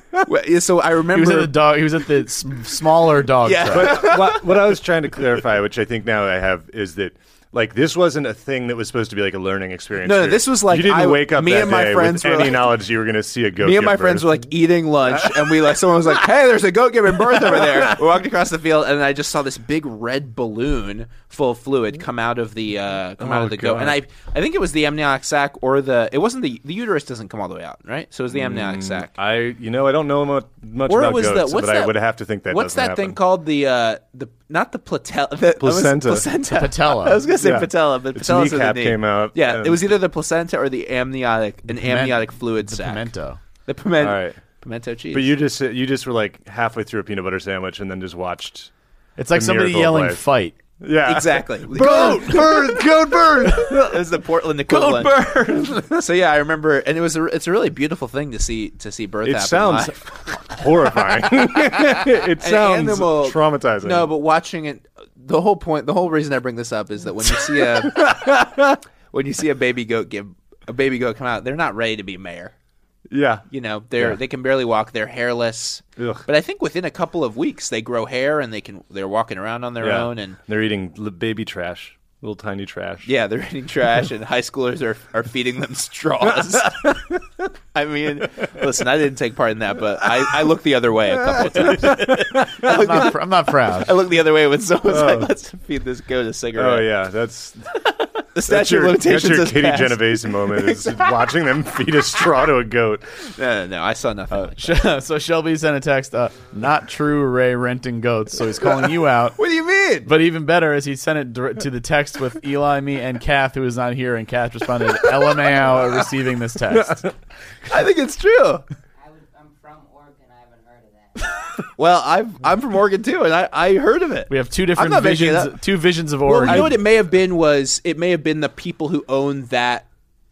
E: yeah, so I
A: He was
E: remember
A: at the dog. He was at the s- smaller dog.
E: Yeah.
A: track.
E: *laughs*
D: But what, what I was trying to clarify, which I think now I have, is that like this wasn't a thing that was supposed to be like a learning experience.
E: No, no,
D: for you.
E: this was like
D: you didn't
E: I-
D: wake up
E: me
D: that
E: and my
D: day
E: friends were
D: with any
E: like-
D: knowledge you were going to see a goat.
E: me and
D: give
E: my
D: birth.
E: friends were like eating lunch and we like someone was like hey there's a goat giving birth over
D: *laughs*
E: there we walked across the field and i just saw this big red balloon full of fluid come out of the uh, come
D: Oh,
E: out of the goat and i i think it was the amniotic sac or the it wasn't the the uterus doesn't come all the way out right so it was the amniotic sac
D: Mm, I, you know, I don't know mu- much
E: or
D: about
E: it was
D: goats,
E: the what's
D: but
E: that,
D: I would have to think that.
E: what's
D: doesn't
E: that thing *laughs*
D: happen.
E: called the uh the not the platella the,
D: Placenta.
E: placenta
A: Patella.
E: *laughs* I was gonna say
D: Yeah.
E: patella, but
D: Its
E: patella's in the
D: kneecap
E: knee.
D: came out,
E: Yeah,
D: and-
E: it was either the placenta or the amniotic, an
D: piment-
E: amniotic fluid
D: the
E: sac.
D: pimento.
E: The pimento.
D: All right.
E: Pimento cheese.
D: But you just you just were like halfway through a peanut butter sandwich and then just watched.
A: It's like
D: the
A: somebody
D: miracle of
A: yelling
D: life.
A: "fight."
D: Yeah,
E: Exactly.
D: Bro,
E: *laughs* burn, code burn. It's the Portland equivalent. burn. so yeah, I remember, and it was a, it's a really beautiful thing to see to see birth.
D: It
E: happen
D: sounds
E: live.
D: *laughs* horrifying. *laughs* it
E: An
D: sounds
E: animal-
D: traumatizing.
E: No, but watching it, the whole point, the whole reason I bring this up is that when you
L: *laughs*
E: see a when you see a baby goat give a baby goat come out, they're not ready to be mayor.
D: yeah,
E: You know, they're
D: Yeah.
E: they can barely walk. They're hairless.
D: Ugh.
E: But I think within a couple of weeks, they grow hair and they can they're walking around on their
D: Yeah.
E: own and
D: they're eating li- baby trash, little tiny trash.
E: yeah, they're eating trash and high schoolers are are feeding them straws. I mean, listen, I didn't take part in that, but I, I looked the other way a couple of times.
A: I'm not, pr- I'm not proud.
E: I looked the other way when *laughs* someone was
D: Oh.
E: like, "Let's feed this goat a cigarette."
D: Oh yeah, *laughs* that's
E: the
D: that's
E: statute
D: your,
E: of limitations
D: That's your
E: has
D: Kitty
E: passed.
D: Genovese moment is watching them feed a straw to a goat.
E: No, no, no. I saw nothing. like that.
A: *laughs* so Shelby sent a text. Uh, not true. Ray renting goats, so he's calling you
E: *laughs*
A: out.
E: What do you mean?
A: But even better is he sent it dir- to the text with Eli, me, and Kath, who is not here, and Kath responded, "LMAO, at receiving this
E: *laughs*
A: text."
E: I think it's true. Well, I'm I'm from Oregon too, and I, I heard of it.
A: We have two
E: I'm
A: different
E: not making it
A: visions.
E: up.
A: Two visions of
E: Well,
A: Oregon.
E: you know what it may have been was it may have been the people who owned that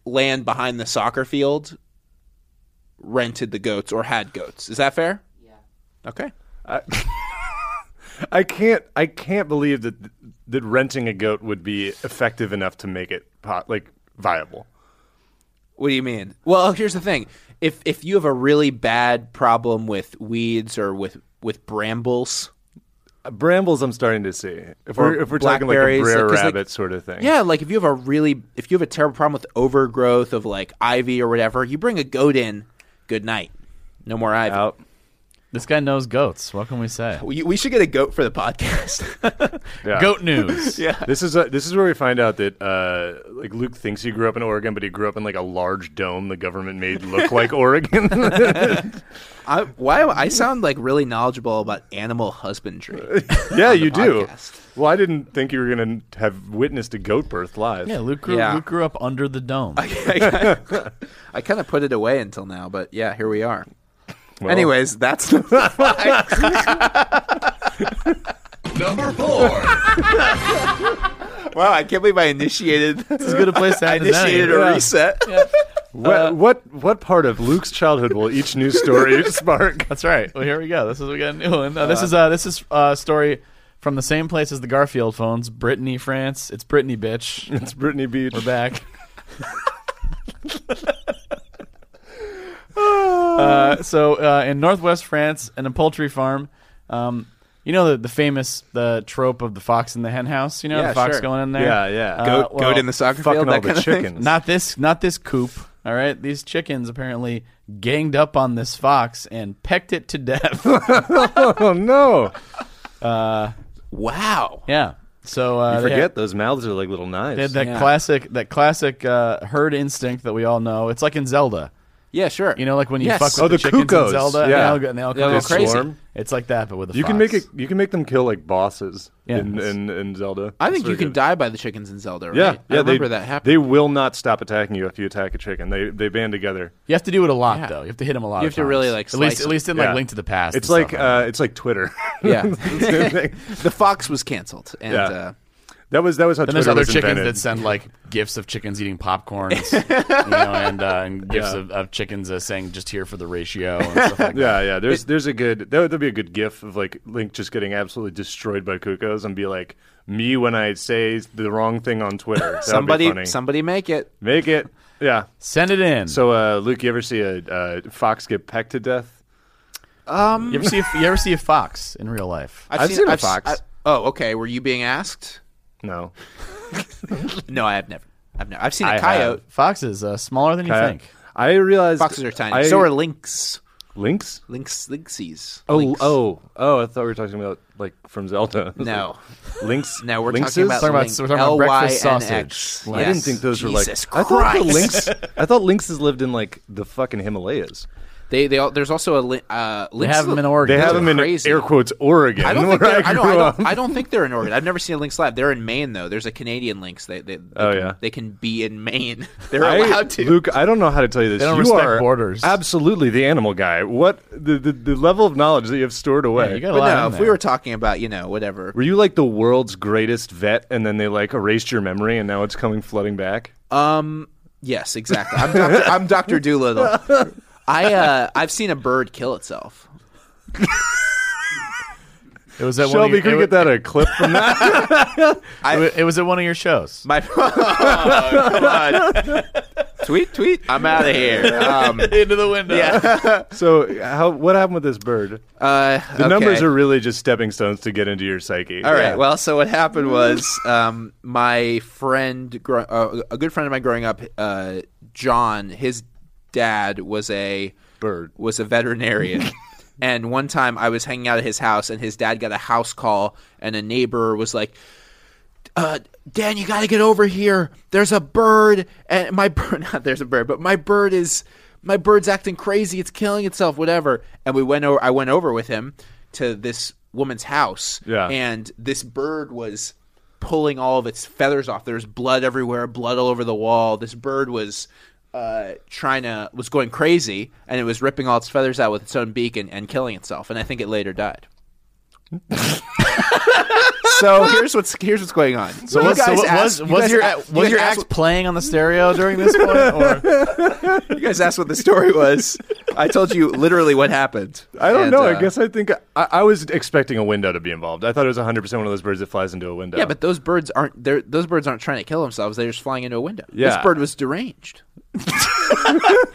E: land behind the soccer field rented the goats or had goats. Is that fair? Yeah. Okay.
D: *laughs* I can't I can't believe that that renting a goat would be effective enough to make it po- like viable.
E: What do you mean? Well, here's the thing: if if you have a really bad problem with weeds or with with brambles,
D: Uh, Brambles, I'm starting to see. If
E: Or
D: we're if we're talking like a
E: blackberries,
D: Brer
E: like- 'cause, like-
D: rabbit sort of thing,
E: yeah, like if you have a really if you have a terrible problem with overgrowth of like ivy or whatever, you bring a goat in. Good night. No more ivy.
A: This guy knows goats. What can we say?
E: We, we should get a goat for the podcast.
D: Yeah.
A: Goat
E: *laughs*
A: news.
E: yeah.
D: This is uh this is where we find out that uh, like Luke thinks he grew up in Oregon, but he grew up in like a large dome the government made
E: *laughs*
D: look like Oregon.
E: I, why am- I sound like really knowledgeable about animal husbandry.
D: *laughs*
E: on
D: yeah,
E: the
D: you do.
E: podcast. *laughs*
D: Well, I didn't think you were going to have witnessed a goat birth live.
A: Yeah, Luke grew,
E: Yeah.
A: Luke grew up under the dome.
E: I kind of put it away until now, but yeah, here we are.
D: Well-
E: Anyways, that's the
P: *laughs*
E: *laughs*
P: Number four.
E: wow. I can't believe I initiated. This
A: as good a place to
E: I
A: *laughs* end as any.
E: initiated a
D: Yeah.
E: reset.
D: What, what what part of Luke's childhood will each new story spark?
A: That's right. Well, here we go. This is we got a new one. Uh, this is uh, this is uh, a story from the same place as the Garfield phones, Brittany, France. It's Brittany, bitch.
D: It's Brittany Beach.
E: *laughs*
A: We're back. *laughs* uh, so uh, in northwest France, in a poultry farm, um, you know the, the famous the trope of the fox in the hen house. You know
E: Yeah,
A: the fox
E: sure.
A: going in there.
D: Yeah, yeah.
A: Uh,
E: Goat,
A: well,
E: goat in the soccer
D: Fucking
E: field.
D: all
E: That
D: the
E: kind of thing.
D: chickens.
A: Not this, not this coop. All right, these chickens apparently ganged up on this fox and pecked it to death.
D: *laughs* oh no!
E: Wow.
A: yeah. So uh,
D: You
A: they had-
D: forget those mouths are like little
A: they had
D: knives.
A: that
E: Yeah.
A: classic, that classic uh, herd instinct that we all know. It's like in Zelda.
E: Yeah, sure.
A: You know, like when you
E: Yes.
A: fuck with
D: Oh,
A: the,
D: the
A: chickens
D: cuckoos.
A: in Zelda,
D: Yeah.
A: and they all, and they all
E: They all
A: come
E: go crazy.
D: Swarm.
A: It's like that, but with a
D: You
A: fox.
D: can make it. You can make them kill like bosses
A: Yeah.
D: in, in in Zelda.
E: I
D: That's
E: think you
D: very
E: can
D: good.
E: die by the chickens in Zelda. Right?
D: Yeah, yeah.
E: I remember
D: they,
E: that happening.
D: They will not stop attacking you if you attack a chicken. They they band together.
A: You have to do it a lot,
E: Yeah.
A: though. You have to hit them a lot.
E: You
A: of
E: have to really, like,
A: times. at least
E: slice
A: at least in
D: Yeah.
A: like Link to the Past.
D: It's
A: and
D: like
A: stuff that.
D: uh, it's
A: *laughs*
D: like Twitter. *laughs*
E: Yeah.
D: Same thing.
E: the fox was canceled, and
D: Yeah.
E: uh,
D: That was that was how
A: Then there's
D: Twitter
A: other
D: was
A: chickens
D: invented.
A: that send like gifs of chickens eating
D: *laughs*
A: popcorns, you know, and, uh, and gifs
D: Yeah.
A: of, of chickens uh, saying just here for the
D: *laughs*
A: ratio and stuff like that.
D: Yeah, yeah. There's there's a good that would that'd be a good gif of like Link just getting absolutely destroyed by cuckoos and be like me when I say the wrong thing on Twitter. That would
E: *laughs*
D: be
E: somebody
D: funny.
E: somebody make it.
D: make it. Yeah.
A: Send it in.
D: So uh, Luke, you ever see a uh, fox get pecked to death?
E: Um,
A: you ever see a, you ever see a fox in real life?
E: I've,
D: I've seen a
E: I've s-
D: fox.
E: I- oh, okay. Were you being asked?
D: No.
E: No, I have never. I've never. I've seen a
A: I have.
E: coyote.
A: Foxes uh, smaller than you
D: I,
A: think.
D: I realized
E: Foxes are tiny.
D: I-
E: so are lynx.
D: lynx.
E: Lynx, lynxies.
D: Oh,
E: Lynx.
D: oh, oh! I thought we were talking about like from Zelda.
E: No.
D: lynx.
E: No, we're
D: lynxes?
E: talking about,
A: Talking about-
E: lynx.
A: we're talking about breakfast
E: L-Y-N-X.
A: sausage.
D: I didn't
E: Yes.
D: think those were like.
E: Jesus
D: I thought the
E: Christ.
D: lynx. I thought lynxes lived in like the fucking Himalayas.
E: They they all, there's also a li- uh, Lynx
A: have 'em
E: Li-
A: in Oregon.
E: Lynx
A: They have
E: is
A: 'em in
E: crazy.
A: air quotes, Oregon,
E: I don't
A: where
E: think they're,
A: I
E: I, don't,
A: grew
E: I,
A: up.
E: don't, I don't think they're in Oregon. I've never seen a Lynx live. They're in Maine though. There's a Canadian Lynx. They they, they
D: Oh,
E: can,
D: yeah.
E: they can be in Maine. *laughs* They're
D: I-
E: allowed to.
D: Luke, I don't know how to tell you this.
E: They don't
D: you
E: respect
D: are
A: borders.
D: Absolutely, the animal guy. What the, the the level of knowledge that you have stored away?
E: but no, if we were talking about you know whatever.
D: Were you like the world's greatest vet, and then they like erased your memory, and now it's coming flooding back?
E: Um. Yes, exactly. I'm Dr. I'm Dr. Doolittle. I uh, I've seen a bird kill itself.
A: It was at one of
D: Shelby,
A: your,
D: could
A: it
D: we
A: wa-
D: get that a clip from that?
A: it wa- it was at one of your shows.
E: My tweet tweet. I'm out of here. *laughs* Um,
A: into the window.
E: yeah.
D: so, how what happened with this bird?
E: Uh,
D: the numbers
E: okay.
D: are really just stepping stones to get into your psyche.
E: All right. Well, so what happened was um, my friend, grow- uh, a good friend of mine growing up, uh, John. His dad was a
D: bird,
E: was a veterinarian. and one time, I was hanging out at his house, and his dad got a house call, and a neighbor was like, uh, Dan, you got to get over here. There's a bird, and my *laughs* bird, not there's a bird, but my bird is, my bird's acting crazy. It's killing itself, whatever. And we went over, I went over with him to this woman's house.
D: Yeah.
E: And this bird was pulling all of its feathers off. There's blood everywhere, blood all over the wall. This bird was, uh, trying to, was going crazy, and it was ripping all its feathers out with its own beak and, and killing itself. And I think it later
A: *laughs*
E: died. so here's what's here's what's going on.
A: So,
E: You
A: what, so
E: guys
A: what
E: asked-
A: was
E: you
A: was
E: guys
A: your
E: a- you
A: was
E: guys
A: your
E: asked
A: act playing on the stereo during
E: *laughs*
A: this point? Or?
E: what- You guys asked what the story was. I told you literally what
A: *laughs*
E: happened.
D: I don't
E: And,
D: know.
E: uh,
D: Oh, I guess I think I, I was expecting a window to be involved. I thought it was 100 percent one of those birds that flies into a window.
E: Yeah, but those birds aren't. They're, those birds aren't trying to kill themselves. They're just flying into a window. This
A: Yeah.
E: bird was deranged.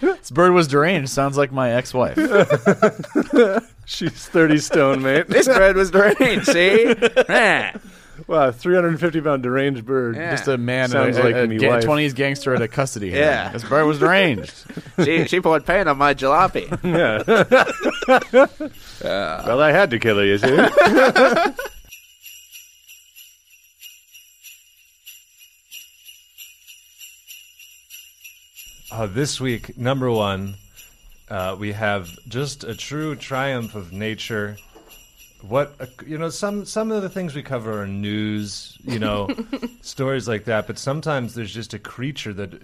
A: This bird was deranged. Sounds like my
E: *laughs*
A: ex-wife.
D: *laughs* She's 30
E: *laughs*
D: stone, mate.
E: This bird was deranged. See, Man.
D: Wow, 350 pound deranged bird.
A: Just a man,
N: uh,
D: Sounds
A: a,
D: like
A: a, a
D: me
A: ga-
D: wife.
A: 20s gangster at a custody. hearing.
E: Yeah.
A: this bird was deranged.
E: she she poured paint on my jalopy.
D: Yeah. well, I had to kill her, you see.
F: Uh, this week, number one, uh, we have just a true triumph of nature. What uh, you know, some some of the things we cover are news, you
C: *laughs*
F: know, stories like that. But sometimes there's just a creature that uh,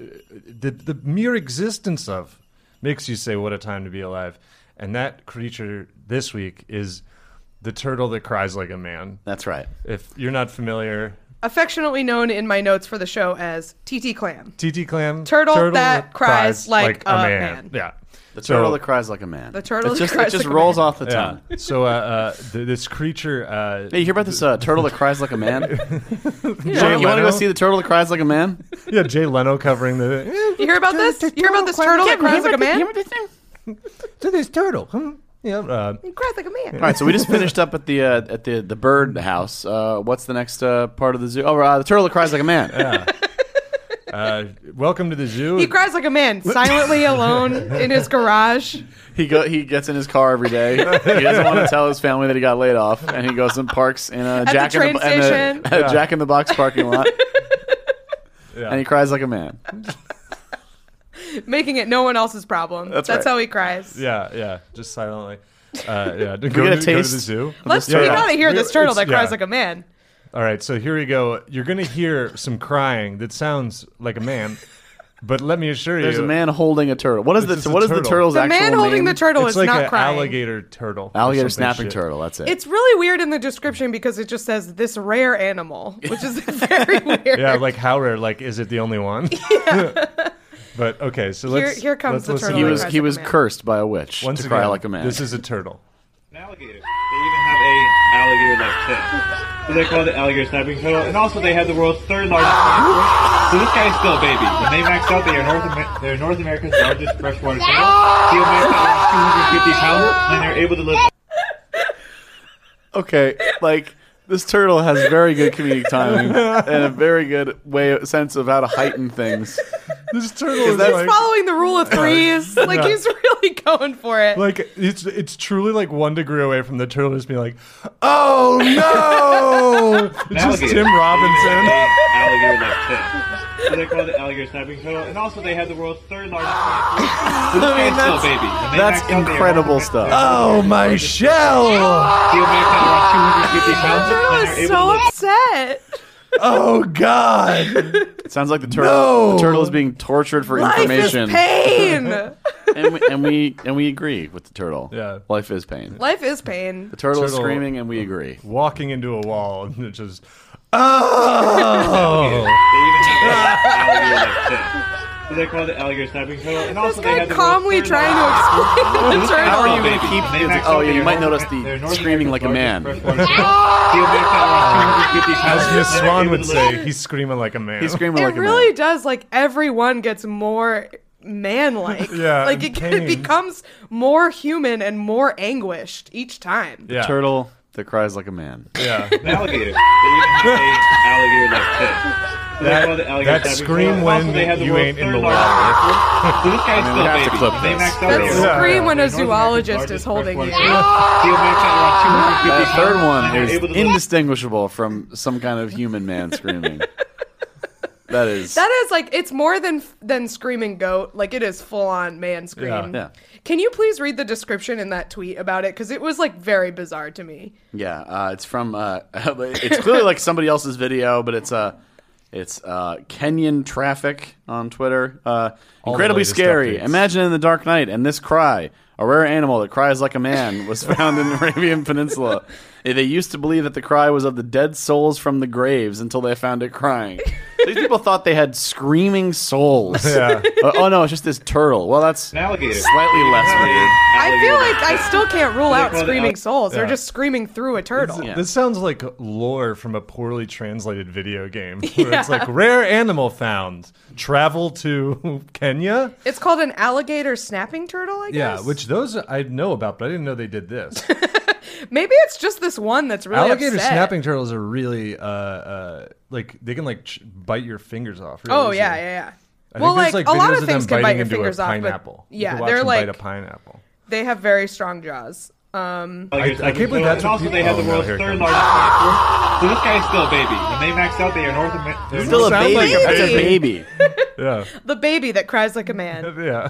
F: the the mere existence of makes you say, "What a time to be alive!" And that creature this week is the turtle that cries like a man.
A: That's right.
F: If you're not familiar,
C: Affectionately known in my notes for the show as TT Clam.
F: TT Clam
C: Turtle that cries like a man.
F: Yeah,
A: The
F: So-
A: turtle that cries like a man.
C: The turtle
A: It's
C: that
A: just,
C: cries
A: it just
C: like a
A: rolls
C: man.
A: off the
F: Yeah.
A: tongue.
F: So uh, uh, th- this creature. Uh,
A: Hey, you hear about this uh, turtle that cries like a *laughs* man? You
F: Jay
A: wanna- you want to go
F: Leno?
A: see the turtle that cries like a man?
F: Yeah, Jay Leno covering the.
C: You hear about this? You hear about this turtle that cries like a man?
F: So this turtle. Hmm? Yeah. Uh,
C: It cries like a man.
A: All right, so we just finished up at the uh, at the the bird house. Uh, what's the next uh, part of the zoo? Oh, uh, the turtle that cries like a man.
F: uh, welcome to the zoo.
C: He cries like a man, silently alone in his garage.
A: He go he gets in his car every day. He doesn't want to tell his family that he got laid off, and he goes and parks in a
C: the
A: Jack in
C: train
A: the, in a-
C: station.
A: *laughs* a
F: Yeah.
A: Jack in the Box parking
C: *laughs*
A: lot,
F: Yeah.
A: and he cries like a man.
C: Making it no one else's problem.
A: That's
C: That's,
A: right.
C: how he cries.
F: yeah, yeah, just silently. Uh,
C: *laughs*
F: yeah, go,
A: get
F: to,
A: a
F: go to
A: taste
F: the zoo.
C: Let's
F: Yeah.
C: we gotta hear this turtle
F: It's-
C: that cries
F: yeah.
C: like a man.
F: All right, so here we go. You're gonna hear some crying that sounds like a man, but let me assure you,
A: There's a man holding a turtle. What is
F: It's just
A: the
F: a
A: what is the
F: turtle.
A: turtle's
C: The
A: actual
C: man holding the
A: name?
C: turtle
F: It's
C: is
F: like
C: not
F: an
C: crying.
F: alligator turtle. or
A: Alligator
F: something
A: snapping
F: shit.
A: turtle. That's it.
C: It's really weird in the description because it just says this rare animal, which is *laughs* very weird.
F: Yeah, like how rare? Like, is it the only
C: *laughs*
F: one? *laughs* but okay, so
C: Here-
F: let's
C: here comes
F: let's
C: the
F: listen
C: turtle
A: he
F: to
C: that
A: was
F: this.
C: cries
A: he
C: like a
A: was
C: man.
A: cursed by a witch
F: Once
A: to
F: again,
A: cry like a man.
F: This is a
D: *laughs*
F: turtle.
N: an alligator. They even have a alligator like this. So they call it the alligator snapping turtle. And also they have the world's third largest freshwater. So this guy is still a baby. When they max out, they are North, Amer- they're North America's largest freshwater turtle. They max out at 250 pounds, and they're able to live
A: okay, like this turtle has very good comedic timing and a very good way sense of how to heighten things.
F: This turtle is
C: He's
F: like,
C: following the rule of threes. Like
F: Yeah.
C: he's really going for it.
F: like it's it's truly like one degree away from the turtle just being like, oh no! it's just
N: alligator.
F: Tim
N: *laughs* They even
F: Robinson.
N: have a alligator like this. so they call it the alligator snapping turtle. And also, they had the world's third largest.
A: I
N: this
A: mean,
N: guy's still
A: that's,
N: a baby. When they
A: that's
N: maxed out, they are
A: incredible stuff.
C: Uh,
D: Oh, my shell!
N: Steel makes out around 250 pounds.
C: I was so upset.
D: Oh God!
A: Sounds like the turtle.
C: No.
A: The turtle is being tortured for
C: Life is
A: information.
C: pain.
A: and, we, and we and we agree with the turtle.
D: Yeah.
A: life is pain.
C: Life is pain.
A: The turtle, is screaming, and we agree.
D: Walking into a wall and it just
N: *laughs*
D: oh.
N: So they call it the alligator snapping turtle. And
C: This
N: also, they
C: guy
N: had the world's
C: calmly
N: third
C: trying to
N: largest-
C: explain the turtle.
A: How are you going to
N: Baby.
A: keep?
N: They maxed
A: oh
N: out
A: yeah, you
N: their
A: might notice
N: North- their
A: the
N: North
A: screaming like a man.
N: American freshwater turtle. Steel makes out around 250 pounds.
D: As Miss
N: They were
D: Swan
N: able
D: would
N: to
D: say, he's screaming like a man.
A: He's screaming
C: It
A: like a man.
C: really does. Like everyone gets more man-like.
D: Yeah,
C: *laughs* like
D: and
C: it,
D: pain.
C: it becomes more human and more anguished each time.
A: The turtle that cries like a
C: *laughs*
A: man.
D: Yeah.
N: An alligator. They even have a alligator like this. So they
D: That-
N: call it the alligator
D: that
N: snapping
D: scream
N: turtle.
D: when
N: Also, they had the
D: you
N: world's
D: ain't in
N: third
D: the
N: largest
D: water.
N: freshwater- So this guy's
A: Man,
N: still
A: we
N: a
A: have to
N: baby.
A: clip
N: They
A: this.
N: maxed out
C: That
N: their
C: scream
N: North
C: when a
N: American
C: zoologist
N: largest
C: is holding you.
N: freshwater turtle. Steel maxed out around 250
A: That third
N: pounds.
A: one
N: They were
A: is
N: able to deliver-
A: indistinguishable from some kind of human man
C: *laughs*
A: screaming. that is.
C: That is like it's more than than screaming goat. Like it is full on man scream.
A: Yeah. Yeah.
C: Can you please read the description in that tweet about it? Because it was like very bizarre to me.
A: Yeah, uh, it's from. Uh, *laughs* it's clearly like somebody else's video, but it's Uh, it's uh, Kenyan traffic on Twitter. Uh,
D: the
A: incredibly
D: latest
A: scary.
D: updates.
A: Imagine in the dark night and this cry. A rare animal that cries like a man was *laughs* found in the Arabian Peninsula. Eh, They used to believe that the cry was of the dead souls from the graves until they found it crying. These people thought they had screaming souls.
D: Yeah.
A: Uh, *laughs* oh no, it's just this turtle. Well, that's
N: An alligator.
A: slightly less weird.
C: I feel like I still can't rule out
N: call it
C: screaming
N: out-
C: souls. They're
D: Yeah.
C: just screaming through a turtle.
A: Yeah.
D: This sounds like lore from a poorly translated video
C: *laughs*
D: game. Where It's like rare animal found. Travel to *laughs* Kenya.
C: It's called an alligator snapping turtle, I
D: Yeah,
C: guess.
D: which those I know about, but I didn't know they did this.
C: Maybe it's just this one that's *laughs* really
D: Alligator
C: upset.
D: snapping turtles are really uh, uh, like they can like ch- bite your fingers off. Really
C: Oh
D: easily.
C: yeah, yeah, yeah.
D: I
C: well,
D: think
C: like
D: there's,
C: a
D: videos
C: lot of
D: them
C: things can bite
D: biting
C: your
D: into a
C: fingers off,
D: Pineapple.
C: but
D: You can
C: yeah,
D: watch
C: they're
D: them
C: like
D: bite a pineapple.
C: they have very strong jaws. Um,
D: I- I can't believe that's
N: and
D: what
N: also they
D: people-
N: have the
D: oh, no,
N: world's
D: here it
N: third
D: comes.
N: largest freshwater. So this guy's still a baby. When they maxed out, they are North America.
Q: Still a
D: Sound like
Q: baby.
A: That's a baby.
D: Yeah,
C: the baby that cries like a
D: *laughs*
C: man.
D: yeah.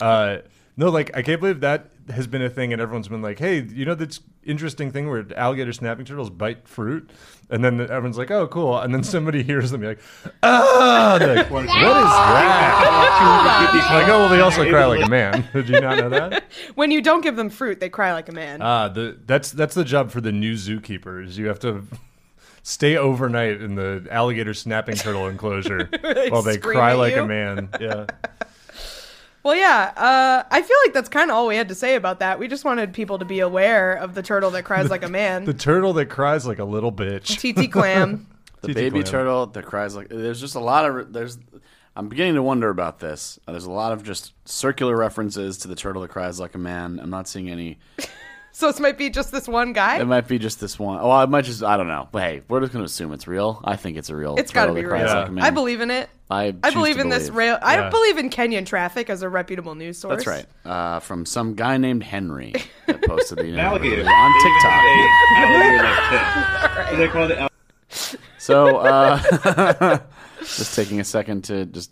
D: Uh, no, like I can't believe that has been a thing, and everyone's been like, "Hey, you know this interesting thing where alligator snapping turtles bite fruit," and then everyone's like, "Oh, cool," and then somebody *laughs* hears them be like, "Ah," they're like, "What
C: *laughs*
D: is that?" Like, oh, well, they also cry like a man. Did you not know that?
C: When you don't give them fruit, they cry like a man.
D: Ah, the that's that's the job for the new zookeeper. Is you have to stay overnight in the alligator snapping
C: *laughs*
D: turtle enclosure while they
C: scream
D: cry
C: at
D: like
C: you. *laughs*
D: a man. Yeah,
C: well, yeah. Uh, I feel like that's kind of all we had to say about that. We just wanted people to be aware of the turtle that cries like a man.
D: *laughs* the turtle that cries like a little bitch.
C: TT clam.
A: the
D: TT
A: baby
D: clam.
A: turtle that cries like there's just a lot of there's i'm beginning to wonder about this Uh, there's a lot of just circular references to the turtle that cries like a man i'm not seeing any
C: So this might be just this one guy.
A: it might be just this one oh i might just i don't know but hey we're just gonna assume it's real i think it's a real
C: It's got to
A: turtle
C: be
A: that
C: real.
A: cries like a man
C: I believe in it.
A: i,
C: I
A: choose to
C: believe in this
A: believe.
C: rail. I
D: Yeah.
C: believe in Kenyan traffic as a reputable news source.
A: that's right uh, from some guy named henry that posted the
N: alligator.
A: video on
N: They even
A: tiktok
N: have a alligator like
A: *laughs*
N: this. So they call it the
A: So, uh, *laughs* just taking a second to just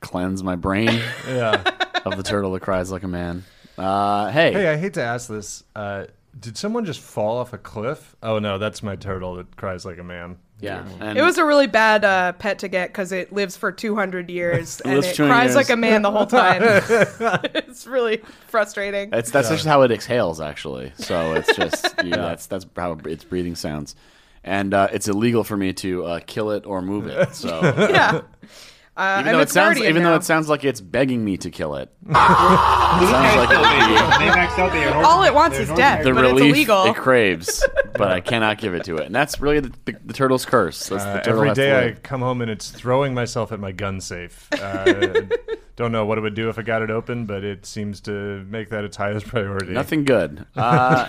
A: cleanse my brain of the turtle that cries like a man. Uh, hey,
D: *laughs* Hey, I hate to ask this. Uh, did someone just fall off a cliff? Oh no, that's my turtle that cries like a man.
A: yeah, and
C: It was a really bad uh, pet to get because it lives for 200
A: *laughs*
C: years and
A: lives
C: it
A: 200
C: cries
A: years.
C: like a man the whole
D: *laughs*
C: time. *laughs* it's really frustrating.
A: it's that's just how it exhales, actually. So it's
C: *laughs*
A: just you know, that's that's how its breathing sounds, and uh, it's illegal for me to uh, kill it or move it.
C: *laughs*
A: So even *laughs*
C: yeah. Uh, I'm
A: though it
C: its
A: sounds,
C: guardian
A: even
C: now.
A: though it sounds like it's begging me to kill
D: *laughs*
A: it,
N: So this
A: Sounds
N: guy's
A: like
N: still a
A: it'd
N: baby. When they maxed out, they are North
C: All it wants
N: they're
C: is
N: North
C: death.
A: the
N: American.
C: But it's
A: relief
C: illegal.
A: it
D: *laughs*
A: craves, but I cannot give it to it, and that's really the, the, the turtle's curse. That's
D: Uh,
A: the turtle
D: every
A: has to
D: day I
A: live.
D: come home and it's throwing myself at my gun safe.
A: *laughs*
D: Uh, don't know what it would do if I got it open, but it seems to make that its highest priority.
A: Nothing good.
D: *laughs*
A: Uh,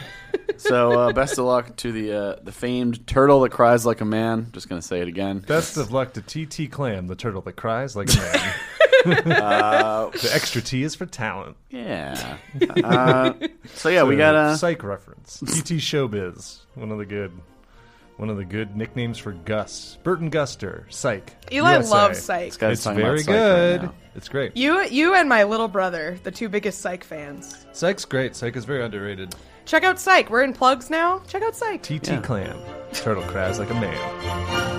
A: so uh, best of luck to the uh, the famed turtle that cries like a man. Just gonna say it again.
D: Best of luck to TT Clam, the turtle that cries like a man.
A: *laughs* Uh,
D: *laughs* the extra T is for talent. *laughs*
A: Yeah. Uh, so yeah, we got
D: a
A: uh,
D: E psych reference. TT Showbiz, one of the good One of the good nicknames for Gus, Burton Guster, Psych.
C: Eli
D: USA.
C: loves Psych. This guy's
D: It's
C: talking about
D: very
C: Psych right
D: good.
C: now.
D: it's great.
C: You, you, and my little brother, the two biggest Psych fans.
D: Psych's great. Psych is very underrated.
C: Check out Psych. We're in plugs now. Check out Psych.
D: TT Clam, turtle cries like a man.